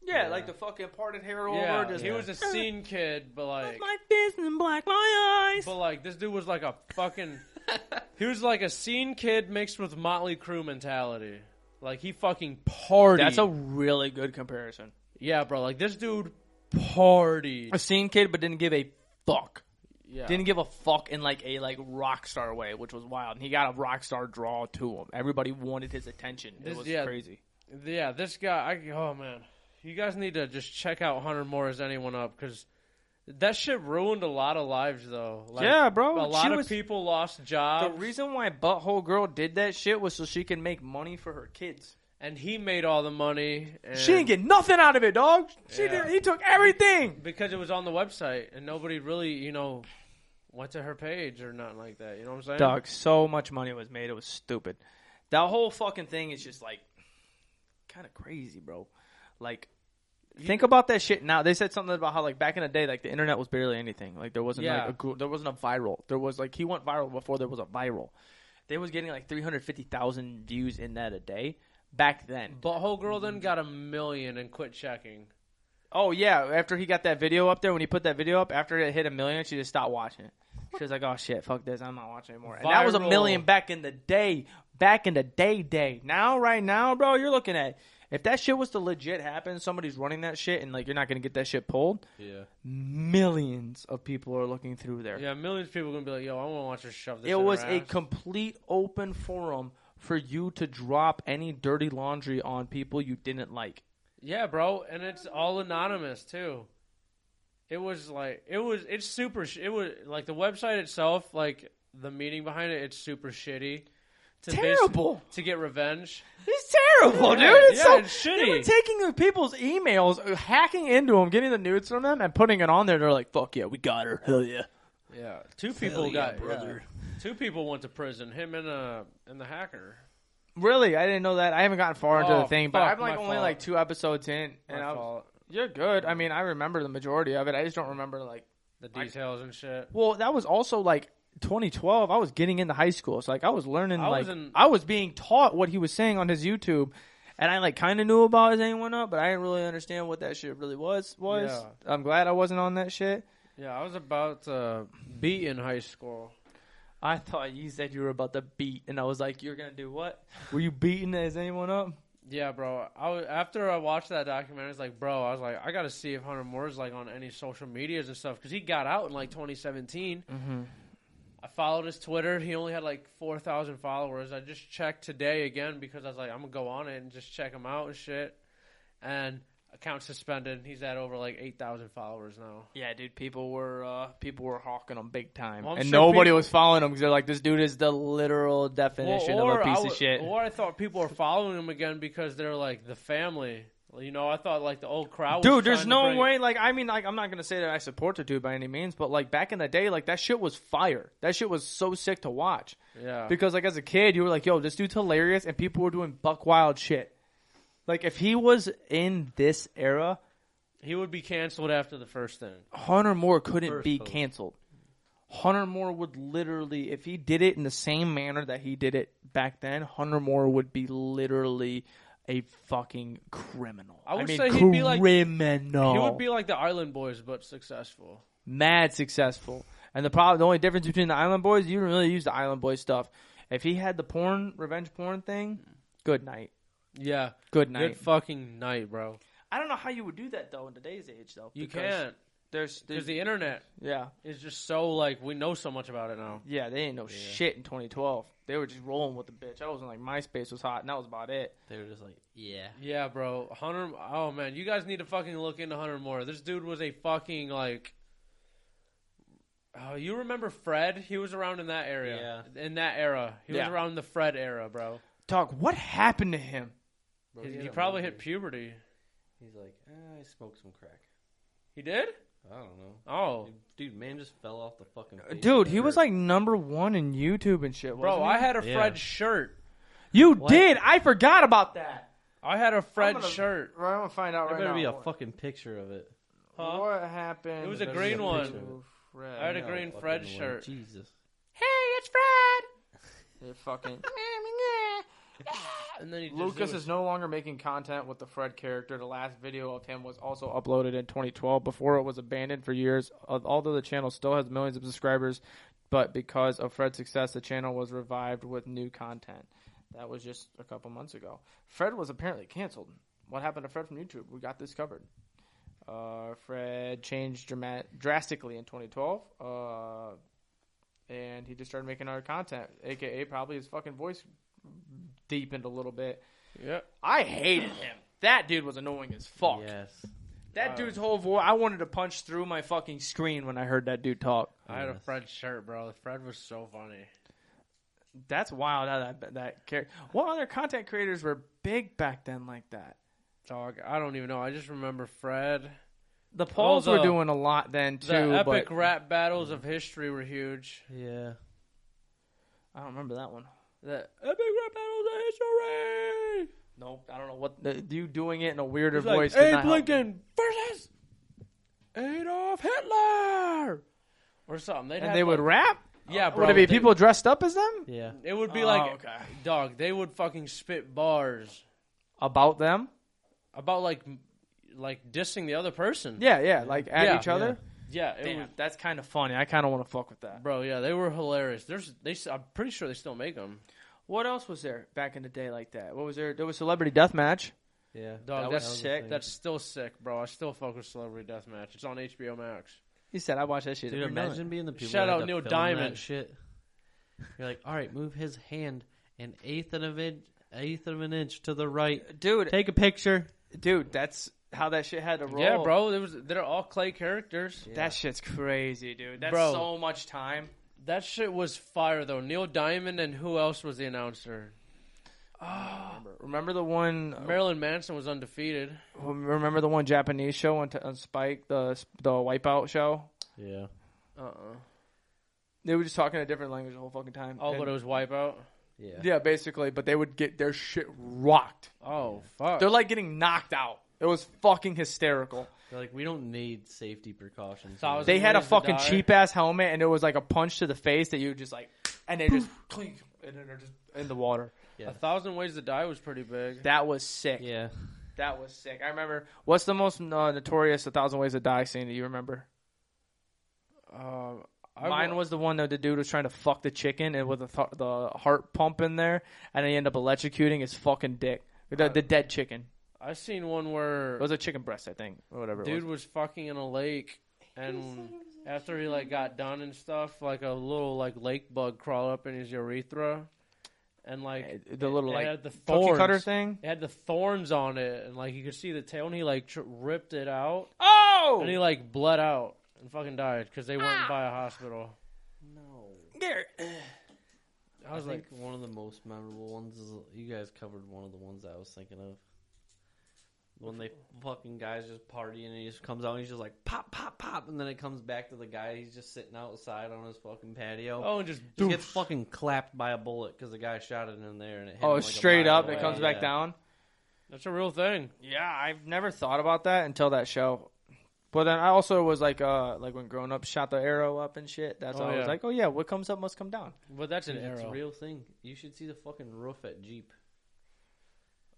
[SPEAKER 1] yeah,
[SPEAKER 5] yeah.
[SPEAKER 1] like the fucking parted hair over.
[SPEAKER 2] yeah,
[SPEAKER 1] just,
[SPEAKER 2] he was a scene kid, but like,
[SPEAKER 1] my fist and black my eyes.
[SPEAKER 2] but like this dude was like a fucking. he was like a scene kid mixed with Motley Crue mentality. Like he fucking party.
[SPEAKER 1] That's a really good comparison.
[SPEAKER 2] yeah, bro. Like this dude party.
[SPEAKER 1] A scene kid, but didn't give a fuck.
[SPEAKER 2] Yeah.
[SPEAKER 1] Didn't give a fuck in like a like rock star way, which was wild. And he got a rock star draw to him. Everybody wanted his attention. It
[SPEAKER 2] This-
[SPEAKER 1] was
[SPEAKER 2] yeah.
[SPEAKER 1] crazy.
[SPEAKER 2] Yeah, this guy. I, oh man, you guys need to just check out Hunter Moore as anyone up because that shit ruined a lot of lives though. Like,
[SPEAKER 1] Yeah, bro,
[SPEAKER 2] A
[SPEAKER 1] Oh, she
[SPEAKER 2] lot of
[SPEAKER 1] was-
[SPEAKER 2] people lost
[SPEAKER 1] The
[SPEAKER 2] jobs,
[SPEAKER 1] Uh, reason why Butthole Girl did that shit was so she can make money for her kids.
[SPEAKER 2] and he made all the money. And
[SPEAKER 1] She didn't get nothing out of it, dog. She
[SPEAKER 2] Yeah.
[SPEAKER 1] did, he took everything.
[SPEAKER 2] because it was on the website, and nobody really, you know, went to her page or nothing like that. You know what I'm saying?
[SPEAKER 1] Dog, so much money was made. It was stupid. That whole fucking thing is just like kind of crazy, bro. Like, think about that shit now. They said something about how like back in the day, like the internet was barely anything. Like there wasn't
[SPEAKER 2] Yeah.
[SPEAKER 1] like a gr- there wasn't a viral. There was like he went viral before there was a viral. They was getting like three hundred fifty thousand views in that a day back then.
[SPEAKER 2] Butthole girl then got a million and quit checking.
[SPEAKER 1] Oh yeah, after he got that video up there, when he put that video up, after it hit a million, she just stopped watching it. She was like, "Oh shit, fuck this, I'm not watching anymore." And that was a
[SPEAKER 2] Viral.
[SPEAKER 1] million back in the day, back in the day, day. Now, right now, bro, you're looking at if that shit was to legit happen, somebody's running that shit, and like you're not gonna get that shit pulled.
[SPEAKER 5] Yeah.
[SPEAKER 1] Millions of people are looking through there.
[SPEAKER 2] Yeah, millions of people gonna be like, "Yo, I want to watch her shove this."
[SPEAKER 1] it
[SPEAKER 2] in her
[SPEAKER 1] was a
[SPEAKER 2] ass.
[SPEAKER 1] complete open forum for you to drop any dirty laundry on people you didn't like.
[SPEAKER 2] Yeah, bro, and it's all anonymous too. It was like it was it's super. Sh- it was like the website itself, like the meaning behind it. It's super shitty. To basi-
[SPEAKER 1] Terrible.
[SPEAKER 2] to get revenge.
[SPEAKER 1] It's terrible, Oh, dude.
[SPEAKER 2] Yeah,
[SPEAKER 1] It's
[SPEAKER 2] yeah,
[SPEAKER 1] so
[SPEAKER 2] it's shitty.
[SPEAKER 1] They were taking the people's emails, uh, hacking into them, getting the nudes from them, and putting it on there. They're like, "Fuck yeah, we got her. Hell yeah."
[SPEAKER 2] Yeah, two people
[SPEAKER 5] yeah,
[SPEAKER 2] got
[SPEAKER 5] brother.
[SPEAKER 2] yeah. two people went to prison. Him and uh and the hacker.
[SPEAKER 1] Really, I didn't know that. I haven't gotten far into
[SPEAKER 2] Oh,
[SPEAKER 1] the thing, but
[SPEAKER 2] fuck,
[SPEAKER 1] I'm like
[SPEAKER 2] my
[SPEAKER 1] only
[SPEAKER 2] fault.
[SPEAKER 1] like two episodes in, and
[SPEAKER 2] My
[SPEAKER 1] I was,
[SPEAKER 2] fault.
[SPEAKER 1] you're good. I mean, I remember the majority of it. I just don't remember like.
[SPEAKER 2] The details and shit.
[SPEAKER 1] Well, that was also like 2012. I was getting into high school, so like I was learning.
[SPEAKER 2] I
[SPEAKER 1] like
[SPEAKER 2] was in-
[SPEAKER 1] I was being taught what he was saying on his YouTube, and I like kind of knew about his anyone up, but I didn't really understand what that shit really was. Was
[SPEAKER 2] Yeah.
[SPEAKER 1] I'm glad I wasn't on that shit.
[SPEAKER 2] Yeah, I was about to be in high school.
[SPEAKER 1] I thought you said you were about to beat, and I was like, "You're gonna do what? Were you beating? Is anyone up?"
[SPEAKER 2] Yeah, bro. I was, after I watched that documentary, I was like, bro, I was like, I gotta see if Hunter Moore's like on any social medias and stuff because he got out in like 2017. I followed his Twitter. He only had like 4,000 followers. I just checked today again because I was like, I'm gonna go on it and just check him out and shit. And account suspended. He's at over like 8,000 followers now.
[SPEAKER 1] Yeah, dude. People were uh, people were hawking him big time,
[SPEAKER 2] Well, I'm
[SPEAKER 1] and
[SPEAKER 2] sure
[SPEAKER 1] nobody
[SPEAKER 2] people-
[SPEAKER 1] was following him because they're like, "This dude is the literal definition of a
[SPEAKER 2] I
[SPEAKER 1] piece
[SPEAKER 2] w-
[SPEAKER 1] of shit."
[SPEAKER 2] Or I thought people were following him again because they're like the family. You know, I thought like the old crowd. was
[SPEAKER 1] Dude, there's
[SPEAKER 2] trying to
[SPEAKER 1] no
[SPEAKER 2] bring-
[SPEAKER 1] way. Like, I mean, like, I'm not gonna say that I support the dude by any means, but like back in the day, like that shit was fire. That shit was so sick to watch
[SPEAKER 2] Yeah.
[SPEAKER 1] because, like, as a kid, you were like, "Yo, this dude's hilarious," and people were doing buck wild shit. Like, if he was in this era,
[SPEAKER 2] He would be canceled after the first thing.
[SPEAKER 1] Hunter Moore couldn't
[SPEAKER 5] First
[SPEAKER 1] be
[SPEAKER 5] post.
[SPEAKER 1] canceled. Hunter Moore would literally, if he did it in the same manner that he did it back then, Hunter Moore would be literally a fucking criminal.
[SPEAKER 2] I would
[SPEAKER 1] mean,
[SPEAKER 2] say he'd be
[SPEAKER 1] criminal.
[SPEAKER 2] like- He
[SPEAKER 1] Oh.
[SPEAKER 2] would be like the Island Boys, but successful.
[SPEAKER 1] mad successful. And the problem, the only difference between the Island Boys, you didn't really use the Island Boy stuff. If he had the porn, revenge porn thing, good night,
[SPEAKER 2] Yeah.
[SPEAKER 1] good
[SPEAKER 2] Good
[SPEAKER 1] night.
[SPEAKER 2] fucking night, bro.
[SPEAKER 1] I don't know how you would do that though in today's age though.
[SPEAKER 2] You
[SPEAKER 1] because
[SPEAKER 2] can't
[SPEAKER 1] There's,
[SPEAKER 2] because
[SPEAKER 1] there's
[SPEAKER 2] the internet
[SPEAKER 1] yeah,
[SPEAKER 2] is just so like we know so much about it now.
[SPEAKER 1] yeah. They ain't no shit in 2012. They were just rolling with the bitch. I wasn't like MySpace was hot, and that was about it.
[SPEAKER 5] They were just like, yeah.
[SPEAKER 2] Yeah, bro. Hunter. Oh man, you guys need to fucking look into Hunter Moore. This dude was a fucking like. Oh, you remember Fred? He was around in that area. Yeah. In that era, he
[SPEAKER 1] Yeah.
[SPEAKER 2] was around the Fred era, bro.
[SPEAKER 1] Talk. What happened to him?
[SPEAKER 5] Bro,
[SPEAKER 2] He,
[SPEAKER 5] had
[SPEAKER 2] he
[SPEAKER 5] a
[SPEAKER 2] probably hit
[SPEAKER 5] movie.
[SPEAKER 2] puberty.
[SPEAKER 5] He's like, eh, I smoked some crack.
[SPEAKER 2] He did?
[SPEAKER 5] I don't know.
[SPEAKER 2] Oh,
[SPEAKER 5] Dude, dude, man just fell off the fucking. face
[SPEAKER 1] Uh, Dude,
[SPEAKER 5] of
[SPEAKER 1] he
[SPEAKER 5] the
[SPEAKER 1] was
[SPEAKER 5] earth.
[SPEAKER 1] like number one in YouTube and shit.
[SPEAKER 2] bro,
[SPEAKER 1] wasn't
[SPEAKER 2] I
[SPEAKER 1] he?
[SPEAKER 2] had a
[SPEAKER 5] Yeah.
[SPEAKER 2] Fred shirt.
[SPEAKER 1] you did. I forgot about that.
[SPEAKER 2] I had a Fred
[SPEAKER 1] gonna-
[SPEAKER 2] shirt.
[SPEAKER 1] Right, I'm gonna find out
[SPEAKER 5] There
[SPEAKER 1] right
[SPEAKER 5] better
[SPEAKER 1] now.
[SPEAKER 5] be a
[SPEAKER 1] What-
[SPEAKER 5] fucking picture of it.
[SPEAKER 2] Huh?
[SPEAKER 1] What happened?
[SPEAKER 2] It was a
[SPEAKER 5] There's
[SPEAKER 2] green
[SPEAKER 5] a
[SPEAKER 2] one.
[SPEAKER 5] picture of it.
[SPEAKER 1] Fred.
[SPEAKER 2] I had a
[SPEAKER 5] No
[SPEAKER 2] green
[SPEAKER 5] fucking
[SPEAKER 2] Fred
[SPEAKER 5] way.
[SPEAKER 2] shirt.
[SPEAKER 5] Jesus.
[SPEAKER 4] Hey, it's Fred.
[SPEAKER 1] They're fucking
[SPEAKER 2] And then he just
[SPEAKER 1] Lucas
[SPEAKER 2] do it.
[SPEAKER 1] is no longer making content with the Fred character. The last video of him was also uploaded in 2012 before it was abandoned for years. Al- Although the channel still has millions of subscribers, but because of Fred's success, the channel was revived with new content. That was just a couple months ago. Fred was apparently canceled. What happened to Fred from YouTube? We got this covered. Uh, Fred changed drama- drastically in 2012. Uh, and he just started making other content, aka probably his fucking voice deepened a little bit.
[SPEAKER 2] Yep.
[SPEAKER 1] I hated him. That dude was annoying as fuck.
[SPEAKER 5] Yes.
[SPEAKER 1] That dude's whole voice. I wanted to punch through my fucking screen when I heard that dude talk.
[SPEAKER 2] I had a
[SPEAKER 5] Yes.
[SPEAKER 2] Fred shirt, bro. Fred was so funny.
[SPEAKER 1] That's wild how that that character. What other content creators were big back then like that?
[SPEAKER 2] Dog, I don't even know. I just remember Fred.
[SPEAKER 1] The Pauls
[SPEAKER 2] the-
[SPEAKER 1] were doing a lot then too,
[SPEAKER 2] uh, The epic
[SPEAKER 1] but
[SPEAKER 2] rap battles of history were huge.
[SPEAKER 5] Yeah.
[SPEAKER 1] I don't remember that one.
[SPEAKER 2] The epic rap battles of history.
[SPEAKER 1] Nope, I don't know what the, you doing it in a weirder
[SPEAKER 2] It's like
[SPEAKER 1] voice. did not
[SPEAKER 2] Abe
[SPEAKER 1] help.
[SPEAKER 2] Lincoln versus Adolf Hitler, or something. They'd
[SPEAKER 1] and
[SPEAKER 2] have,
[SPEAKER 1] they would
[SPEAKER 2] like-
[SPEAKER 1] rap.
[SPEAKER 2] yeah, bro.
[SPEAKER 1] would it be
[SPEAKER 2] they-
[SPEAKER 1] people dressed up as them
[SPEAKER 5] Yeah.
[SPEAKER 2] It would be
[SPEAKER 1] Oh,
[SPEAKER 2] like,
[SPEAKER 1] okay.
[SPEAKER 2] dog. They would fucking spit bars
[SPEAKER 1] about them?
[SPEAKER 2] about like, m- like dissing the other person.
[SPEAKER 1] Yeah, yeah, like at
[SPEAKER 2] Yeah.
[SPEAKER 1] each other.
[SPEAKER 2] yeah. It
[SPEAKER 1] Damn,
[SPEAKER 2] was,
[SPEAKER 1] that's kind of funny. I kind of want to fuck with that.
[SPEAKER 2] bro. Yeah, they were hilarious. There's, they. s- I'm pretty sure they still make them.
[SPEAKER 1] What else was there back in the day like that? What was there? There was Celebrity Deathmatch.
[SPEAKER 5] Yeah.
[SPEAKER 2] Dog,
[SPEAKER 1] That was
[SPEAKER 2] that's
[SPEAKER 1] sick.
[SPEAKER 2] That's still sick, bro. I still fuck with Celebrity Deathmatch. It's on HBO Max.
[SPEAKER 1] He said, "I watched that shit."
[SPEAKER 5] Dude,
[SPEAKER 1] every night."
[SPEAKER 5] imagine being the people.
[SPEAKER 2] Shout
[SPEAKER 5] that
[SPEAKER 2] out
[SPEAKER 5] had to
[SPEAKER 2] Neil
[SPEAKER 5] film
[SPEAKER 2] Diamond.
[SPEAKER 5] That shit. You're like, all right, move his hand an eighth of an inch, eighth of an inch to the right.
[SPEAKER 1] dude.
[SPEAKER 3] Take a picture.
[SPEAKER 1] dude, that's how that shit had to roll.
[SPEAKER 2] Yeah, bro. It was. They're all clay characters.
[SPEAKER 1] That shit's crazy, dude. That's
[SPEAKER 2] Bro.
[SPEAKER 1] so much time.
[SPEAKER 2] That shit was fire though. Neil Diamond and who else was the announcer?
[SPEAKER 1] Remember, remember the one?
[SPEAKER 2] Marilyn Manson was undefeated.
[SPEAKER 1] Remember the one Japanese show on, t- on Spike, the the Wipeout show.
[SPEAKER 5] Yeah.
[SPEAKER 2] Uh uh
[SPEAKER 1] Uh-uh. They were just talking a different language the whole fucking time.
[SPEAKER 2] Oh,
[SPEAKER 1] And-
[SPEAKER 2] but it was Wipeout.
[SPEAKER 5] Yeah.
[SPEAKER 1] yeah, basically. But they would get their shit rocked.
[SPEAKER 2] Oh fuck.
[SPEAKER 1] They're like getting knocked out. It was fucking hysterical.
[SPEAKER 5] They're like, we don't need safety precautions.
[SPEAKER 2] So I
[SPEAKER 5] here."
[SPEAKER 2] was-
[SPEAKER 1] They had a
[SPEAKER 2] ways to
[SPEAKER 1] fucking
[SPEAKER 2] die.
[SPEAKER 1] cheap ass helmet, and it was like a punch to the face that you just like, and they just clink, and then they're just in the water.
[SPEAKER 5] Yeah.
[SPEAKER 2] A thousand ways to die was pretty big.
[SPEAKER 1] That was sick.
[SPEAKER 5] yeah.
[SPEAKER 1] That was sick. I remember. What's the most uh, notorious "A Thousand Ways to Die" scene that you remember?
[SPEAKER 2] Um, I
[SPEAKER 1] Mine
[SPEAKER 2] wa-
[SPEAKER 1] was the one that the dude was trying to fuck the chicken, and with the th- the heart pump in there, and he ended up electrocuting his fucking dick. The, the dead chicken.
[SPEAKER 2] I seen one
[SPEAKER 1] It
[SPEAKER 2] where
[SPEAKER 1] was a chicken breast, I think, or whatever. it
[SPEAKER 2] dude
[SPEAKER 1] was.
[SPEAKER 2] was fucking in a lake, and after he like got done and stuff, like a little like lake bug crawled up in his urethra, and like
[SPEAKER 1] Uh, the little
[SPEAKER 2] it
[SPEAKER 1] like
[SPEAKER 2] had the
[SPEAKER 1] cookie cutter
[SPEAKER 2] thorns.
[SPEAKER 1] thing.
[SPEAKER 2] It had the thorns on it, and like you could see the tail, and he like tr- ripped it out,
[SPEAKER 1] Oh,
[SPEAKER 2] and he like bled out and fucking died because they went by a hospital.
[SPEAKER 5] No.
[SPEAKER 2] I was
[SPEAKER 5] I
[SPEAKER 2] like,
[SPEAKER 5] think one of the most memorable ones is you guys covered one of the ones I was thinking of. When they fucking guys just partying and he just comes out and he's just like pop pop pop and then it comes back to the guy he's just sitting outside on his fucking patio.
[SPEAKER 2] oh, and just
[SPEAKER 5] Just
[SPEAKER 2] doof.
[SPEAKER 5] gets fucking clapped by a bullet because the guy shot it in there and it hit him
[SPEAKER 1] oh,
[SPEAKER 5] like a
[SPEAKER 1] straight
[SPEAKER 5] mile
[SPEAKER 1] up,
[SPEAKER 5] away.
[SPEAKER 1] it comes back
[SPEAKER 5] Yeah.
[SPEAKER 1] down.
[SPEAKER 2] That's a real thing.
[SPEAKER 1] Yeah, I've never thought about that until that show. But then I also was like, uh, like when Grown Up shot the arrow up and shit. That's
[SPEAKER 2] Oh,
[SPEAKER 1] how I
[SPEAKER 2] yeah.
[SPEAKER 1] was like, oh yeah, what comes up must come down.
[SPEAKER 2] But that's an
[SPEAKER 5] Dude, It's a
[SPEAKER 2] arrow.
[SPEAKER 5] real thing. You should see the fucking roof at Jeep.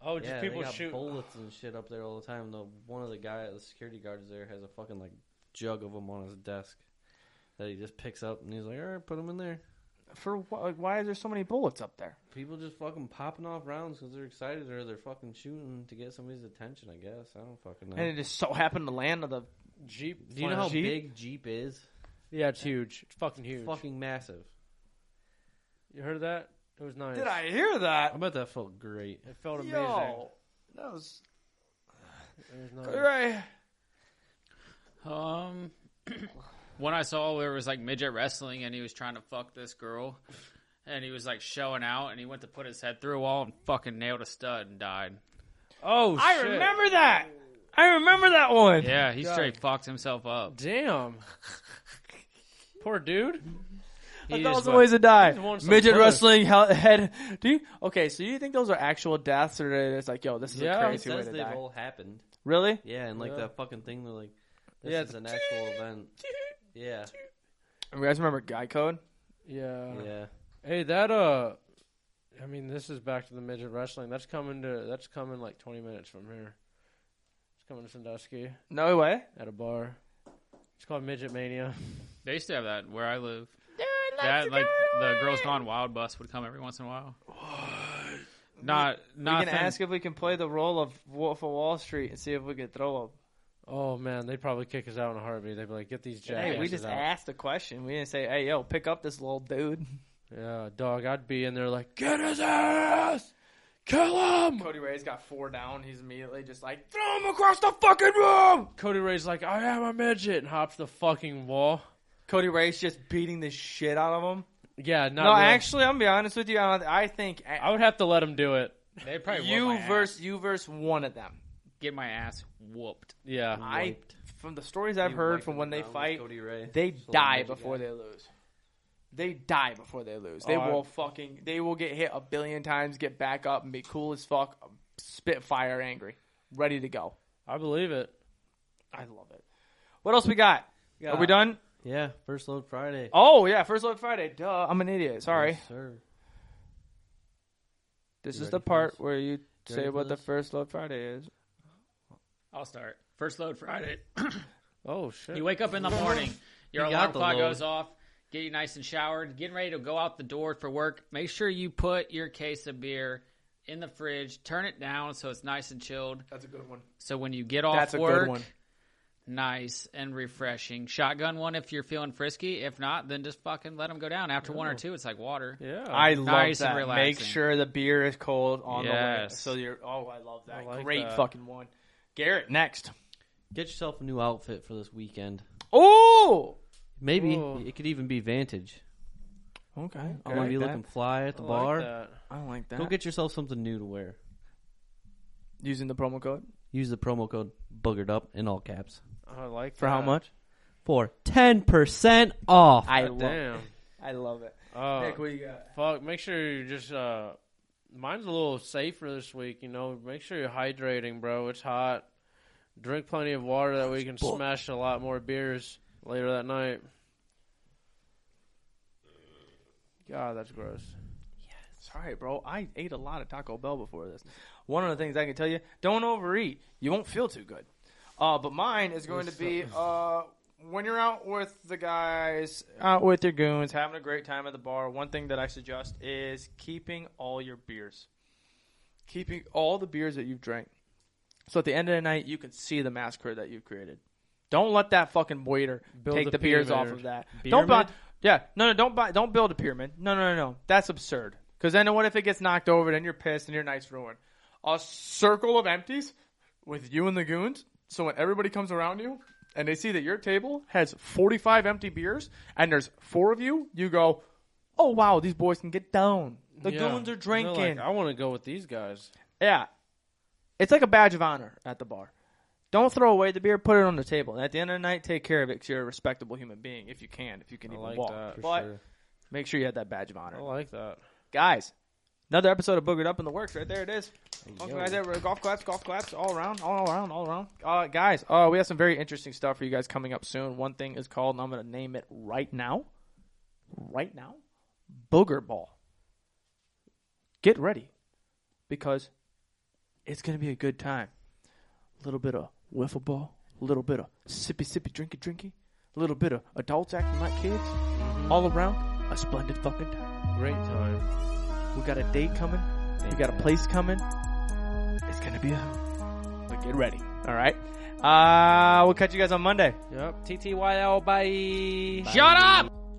[SPEAKER 2] oh, just
[SPEAKER 5] yeah,
[SPEAKER 2] people
[SPEAKER 5] they got
[SPEAKER 2] shoot.
[SPEAKER 5] bullets and shit up there all the time. The one of the guy, the security guards there, has a fucking like jug of them on his desk that he just picks up and he's like, "All right, put them in there."
[SPEAKER 1] For wh- like, why is there so many bullets up there?
[SPEAKER 5] People just fucking popping off rounds because they're excited or they're fucking shooting to get somebody's attention. I guess I don't fucking know.
[SPEAKER 1] And it just so happened to land on the.
[SPEAKER 2] Jeep.
[SPEAKER 5] Do you know how
[SPEAKER 1] Jeep?
[SPEAKER 5] big Jeep is?
[SPEAKER 2] Yeah, it's huge. It's fucking huge.
[SPEAKER 5] Fucking massive.
[SPEAKER 2] You heard of that? It was nice.
[SPEAKER 1] Did I hear that?
[SPEAKER 5] I bet that felt great.
[SPEAKER 2] It felt amazing.
[SPEAKER 1] Yo, that was
[SPEAKER 2] It was nice.
[SPEAKER 1] right.
[SPEAKER 4] Um, when I saw there was like midget wrestling and he was trying to fuck this girl, and he was like showing out, and he went to put his head through a wall and fucking nailed a stud and died.
[SPEAKER 2] Oh,
[SPEAKER 1] I
[SPEAKER 2] shit.
[SPEAKER 1] remember that. I remember that one.
[SPEAKER 4] Yeah, he
[SPEAKER 2] God.
[SPEAKER 4] straight fucked himself up.
[SPEAKER 2] Damn. Poor dude.
[SPEAKER 1] A
[SPEAKER 4] He just
[SPEAKER 1] thousand
[SPEAKER 4] went-
[SPEAKER 1] ways to die.
[SPEAKER 2] just wanted some
[SPEAKER 1] Midget
[SPEAKER 2] pussy.
[SPEAKER 1] wrestling he- head. Do you okay? So you think those are actual deaths, or it's like, yo, this is
[SPEAKER 2] Yeah.
[SPEAKER 1] a
[SPEAKER 5] It
[SPEAKER 1] crazy way
[SPEAKER 5] says
[SPEAKER 1] to
[SPEAKER 5] they've
[SPEAKER 1] die?
[SPEAKER 5] all happened.
[SPEAKER 1] Really?
[SPEAKER 5] Yeah, and like
[SPEAKER 2] Yeah.
[SPEAKER 5] that fucking thing. They're like, "This
[SPEAKER 2] Yeah, it's-
[SPEAKER 5] is an actual event." Yeah.
[SPEAKER 1] You guys remember guy code?
[SPEAKER 2] Yeah.
[SPEAKER 5] Yeah.
[SPEAKER 2] Hey, that uh, I mean, this is back to the midget wrestling. That's coming to that's coming like 20 minutes from here. It's coming to Sandusky
[SPEAKER 1] No way.
[SPEAKER 2] at a bar. It's called Midget Mania.
[SPEAKER 4] They used to have that where I live. that like the Girls Gone Wild bus would come every once in a while. Not
[SPEAKER 1] We
[SPEAKER 4] not
[SPEAKER 1] can ask if we can play the role of Wolf of Wall Street and see if we can throw him.
[SPEAKER 2] Oh man, they probably kick us out in a heartbeat. They'd be like, "Get these jackasses
[SPEAKER 1] hey, we just
[SPEAKER 2] out."
[SPEAKER 1] asked a question. We didn't say, "Hey, yo, pick up this little dude."
[SPEAKER 2] Yeah, dog. I'd be in there like, "Get his ass, kill him."
[SPEAKER 1] Cody Ray's got four down. He's immediately just like, "Throw him across the fucking room."
[SPEAKER 2] Cody Ray's like, "I am a midget," and hops the fucking wall.
[SPEAKER 1] Cody Ray's just beating the shit out of him.
[SPEAKER 2] Yeah, not
[SPEAKER 1] no,
[SPEAKER 2] really.
[SPEAKER 1] actually, I'm gonna be honest with you. I, I think
[SPEAKER 2] I would have to let him do it.
[SPEAKER 4] they probably whoop
[SPEAKER 1] you
[SPEAKER 4] my
[SPEAKER 1] verse you verse one of them.
[SPEAKER 4] ass, get my ass whooped.
[SPEAKER 2] Yeah,
[SPEAKER 1] I from the stories I've heard from when they fight,
[SPEAKER 5] Cody Ray.
[SPEAKER 1] they
[SPEAKER 5] Slow
[SPEAKER 1] die
[SPEAKER 5] magic
[SPEAKER 1] before
[SPEAKER 5] guy.
[SPEAKER 1] they lose. They die before they lose. They
[SPEAKER 2] Oh, I-
[SPEAKER 1] will fucking they will get hit a billion times, get back up and be cool as fuck, spitfire angry, ready to go.
[SPEAKER 2] I believe it.
[SPEAKER 1] I love it. What else we got? Are we done?
[SPEAKER 5] Yeah, first load Friday.
[SPEAKER 1] Oh yeah, first load Friday. Duh, I'm an idiot. Sorry.
[SPEAKER 5] Yes, sir.
[SPEAKER 1] This
[SPEAKER 5] You
[SPEAKER 1] is
[SPEAKER 5] ready
[SPEAKER 1] the
[SPEAKER 5] for
[SPEAKER 1] part
[SPEAKER 5] this?
[SPEAKER 1] where you
[SPEAKER 5] You
[SPEAKER 1] say
[SPEAKER 5] ready for
[SPEAKER 1] what the
[SPEAKER 5] this?
[SPEAKER 1] first load Friday is.
[SPEAKER 4] I'll start first load Friday.
[SPEAKER 2] Oh shit.
[SPEAKER 4] You wake up in the morning, your
[SPEAKER 5] You
[SPEAKER 4] alarm
[SPEAKER 5] got the
[SPEAKER 4] clock
[SPEAKER 5] load.
[SPEAKER 4] goes off, get you nice and showered, getting ready to go out the door for work. Make sure you put your case of beer in the fridge, turn it down so it's nice and chilled.
[SPEAKER 1] That's a good one.
[SPEAKER 4] So when you get off
[SPEAKER 1] That's a good
[SPEAKER 4] work,
[SPEAKER 1] one.
[SPEAKER 4] nice and refreshing. Shotgun one if you're feeling frisky. If not, then just fucking let them go down. After one or two, it's like water.
[SPEAKER 2] yeah.
[SPEAKER 1] Oh, I love
[SPEAKER 4] Nice and
[SPEAKER 1] that. Make
[SPEAKER 4] relaxing.
[SPEAKER 1] sure the beer is cold on the way.
[SPEAKER 4] Yes.
[SPEAKER 1] So you're. Oh, I love that.
[SPEAKER 2] I like
[SPEAKER 1] Great
[SPEAKER 2] that.
[SPEAKER 1] fucking one. Garrett next.
[SPEAKER 5] Get yourself a new outfit for this weekend.
[SPEAKER 1] Oh.
[SPEAKER 5] Maybe
[SPEAKER 2] Ooh.
[SPEAKER 5] it could even be Vantage.
[SPEAKER 1] Okay.
[SPEAKER 5] I'm gonna be looking fly at the bar.
[SPEAKER 1] I like that.
[SPEAKER 5] Go get yourself something new to wear.
[SPEAKER 1] Using the promo code
[SPEAKER 5] Use the promo code boogered up in all caps
[SPEAKER 2] I like
[SPEAKER 1] for how
[SPEAKER 2] that.
[SPEAKER 1] much?
[SPEAKER 5] for ten percent off.
[SPEAKER 1] I
[SPEAKER 2] God damn.
[SPEAKER 1] I love it.
[SPEAKER 2] Uh,
[SPEAKER 1] Nick, what you got?
[SPEAKER 2] fuck. Make sure you just. Uh, mine's a little safer this week. You know, make sure you're hydrating, bro. It's hot. Drink plenty of water that way you can smash a lot more beers later that night. God, that's gross.
[SPEAKER 1] Sorry, bro. I ate a lot of Taco Bell before this. One of the things I can tell you: don't overeat. You won't feel too good. Uh, but mine is going to be uh, when you're out with the guys, out with your goons, having a great time at the bar. One thing that I suggest is keeping all your beers, keeping all the beers that you've drank. So at the end of the night, you can see the massacre that you've created. Don't let that fucking waiter
[SPEAKER 2] Build
[SPEAKER 1] take
[SPEAKER 2] a
[SPEAKER 1] the beers off
[SPEAKER 2] pyramid.
[SPEAKER 1] of that. Don't buy.
[SPEAKER 5] Pyramid?
[SPEAKER 1] Yeah, no, no, don't buy. Don't build a pyramid. No, no, no, no. That's absurd. Because then what if it gets knocked over? Then you're pissed and your night's ruined. A circle of empties with you and the goons. So when everybody comes around you and they see that your table has 45 empty beers and there's four of you, you go, "Oh wow, these boys can get down. The
[SPEAKER 2] Yeah.
[SPEAKER 1] goons are
[SPEAKER 2] They're like,
[SPEAKER 1] drinking."
[SPEAKER 2] I want to go with these guys.
[SPEAKER 1] Yeah. It's like a badge of honor at the bar. Don't throw away the beer, put it on the table. And at the end of the night, take care of it 'cause you're a respectable human being if you can, if you can
[SPEAKER 2] I
[SPEAKER 1] even
[SPEAKER 2] like
[SPEAKER 1] walk.
[SPEAKER 2] that. For
[SPEAKER 1] But
[SPEAKER 5] sure.
[SPEAKER 1] make sure you have that badge of
[SPEAKER 2] I
[SPEAKER 1] honor.
[SPEAKER 2] like that.
[SPEAKER 1] Guys, another episode of Boogered Up in the Works right there. It is. Thanks, guys, everywhere. Golf claps, golf claps, all around, all around, all around. Uh, guys, uh, we have some very interesting stuff for you guys coming up soon. One thing is called, and I'm going to name it right now, right now, Booger Ball. Get ready because it's going to be a good time. A little bit of wiffle ball, a little bit of sippy, sippy, drinky, drinky, a little bit of adults acting like kids, all around, a splendid fucking time.
[SPEAKER 2] Great time.
[SPEAKER 1] We got a date coming. We got a place coming. It's gonna be a. But get ready. All right. Uh, we'll catch you guys on Monday.
[SPEAKER 2] Yep.
[SPEAKER 3] TTYL, bye.
[SPEAKER 4] Shut up!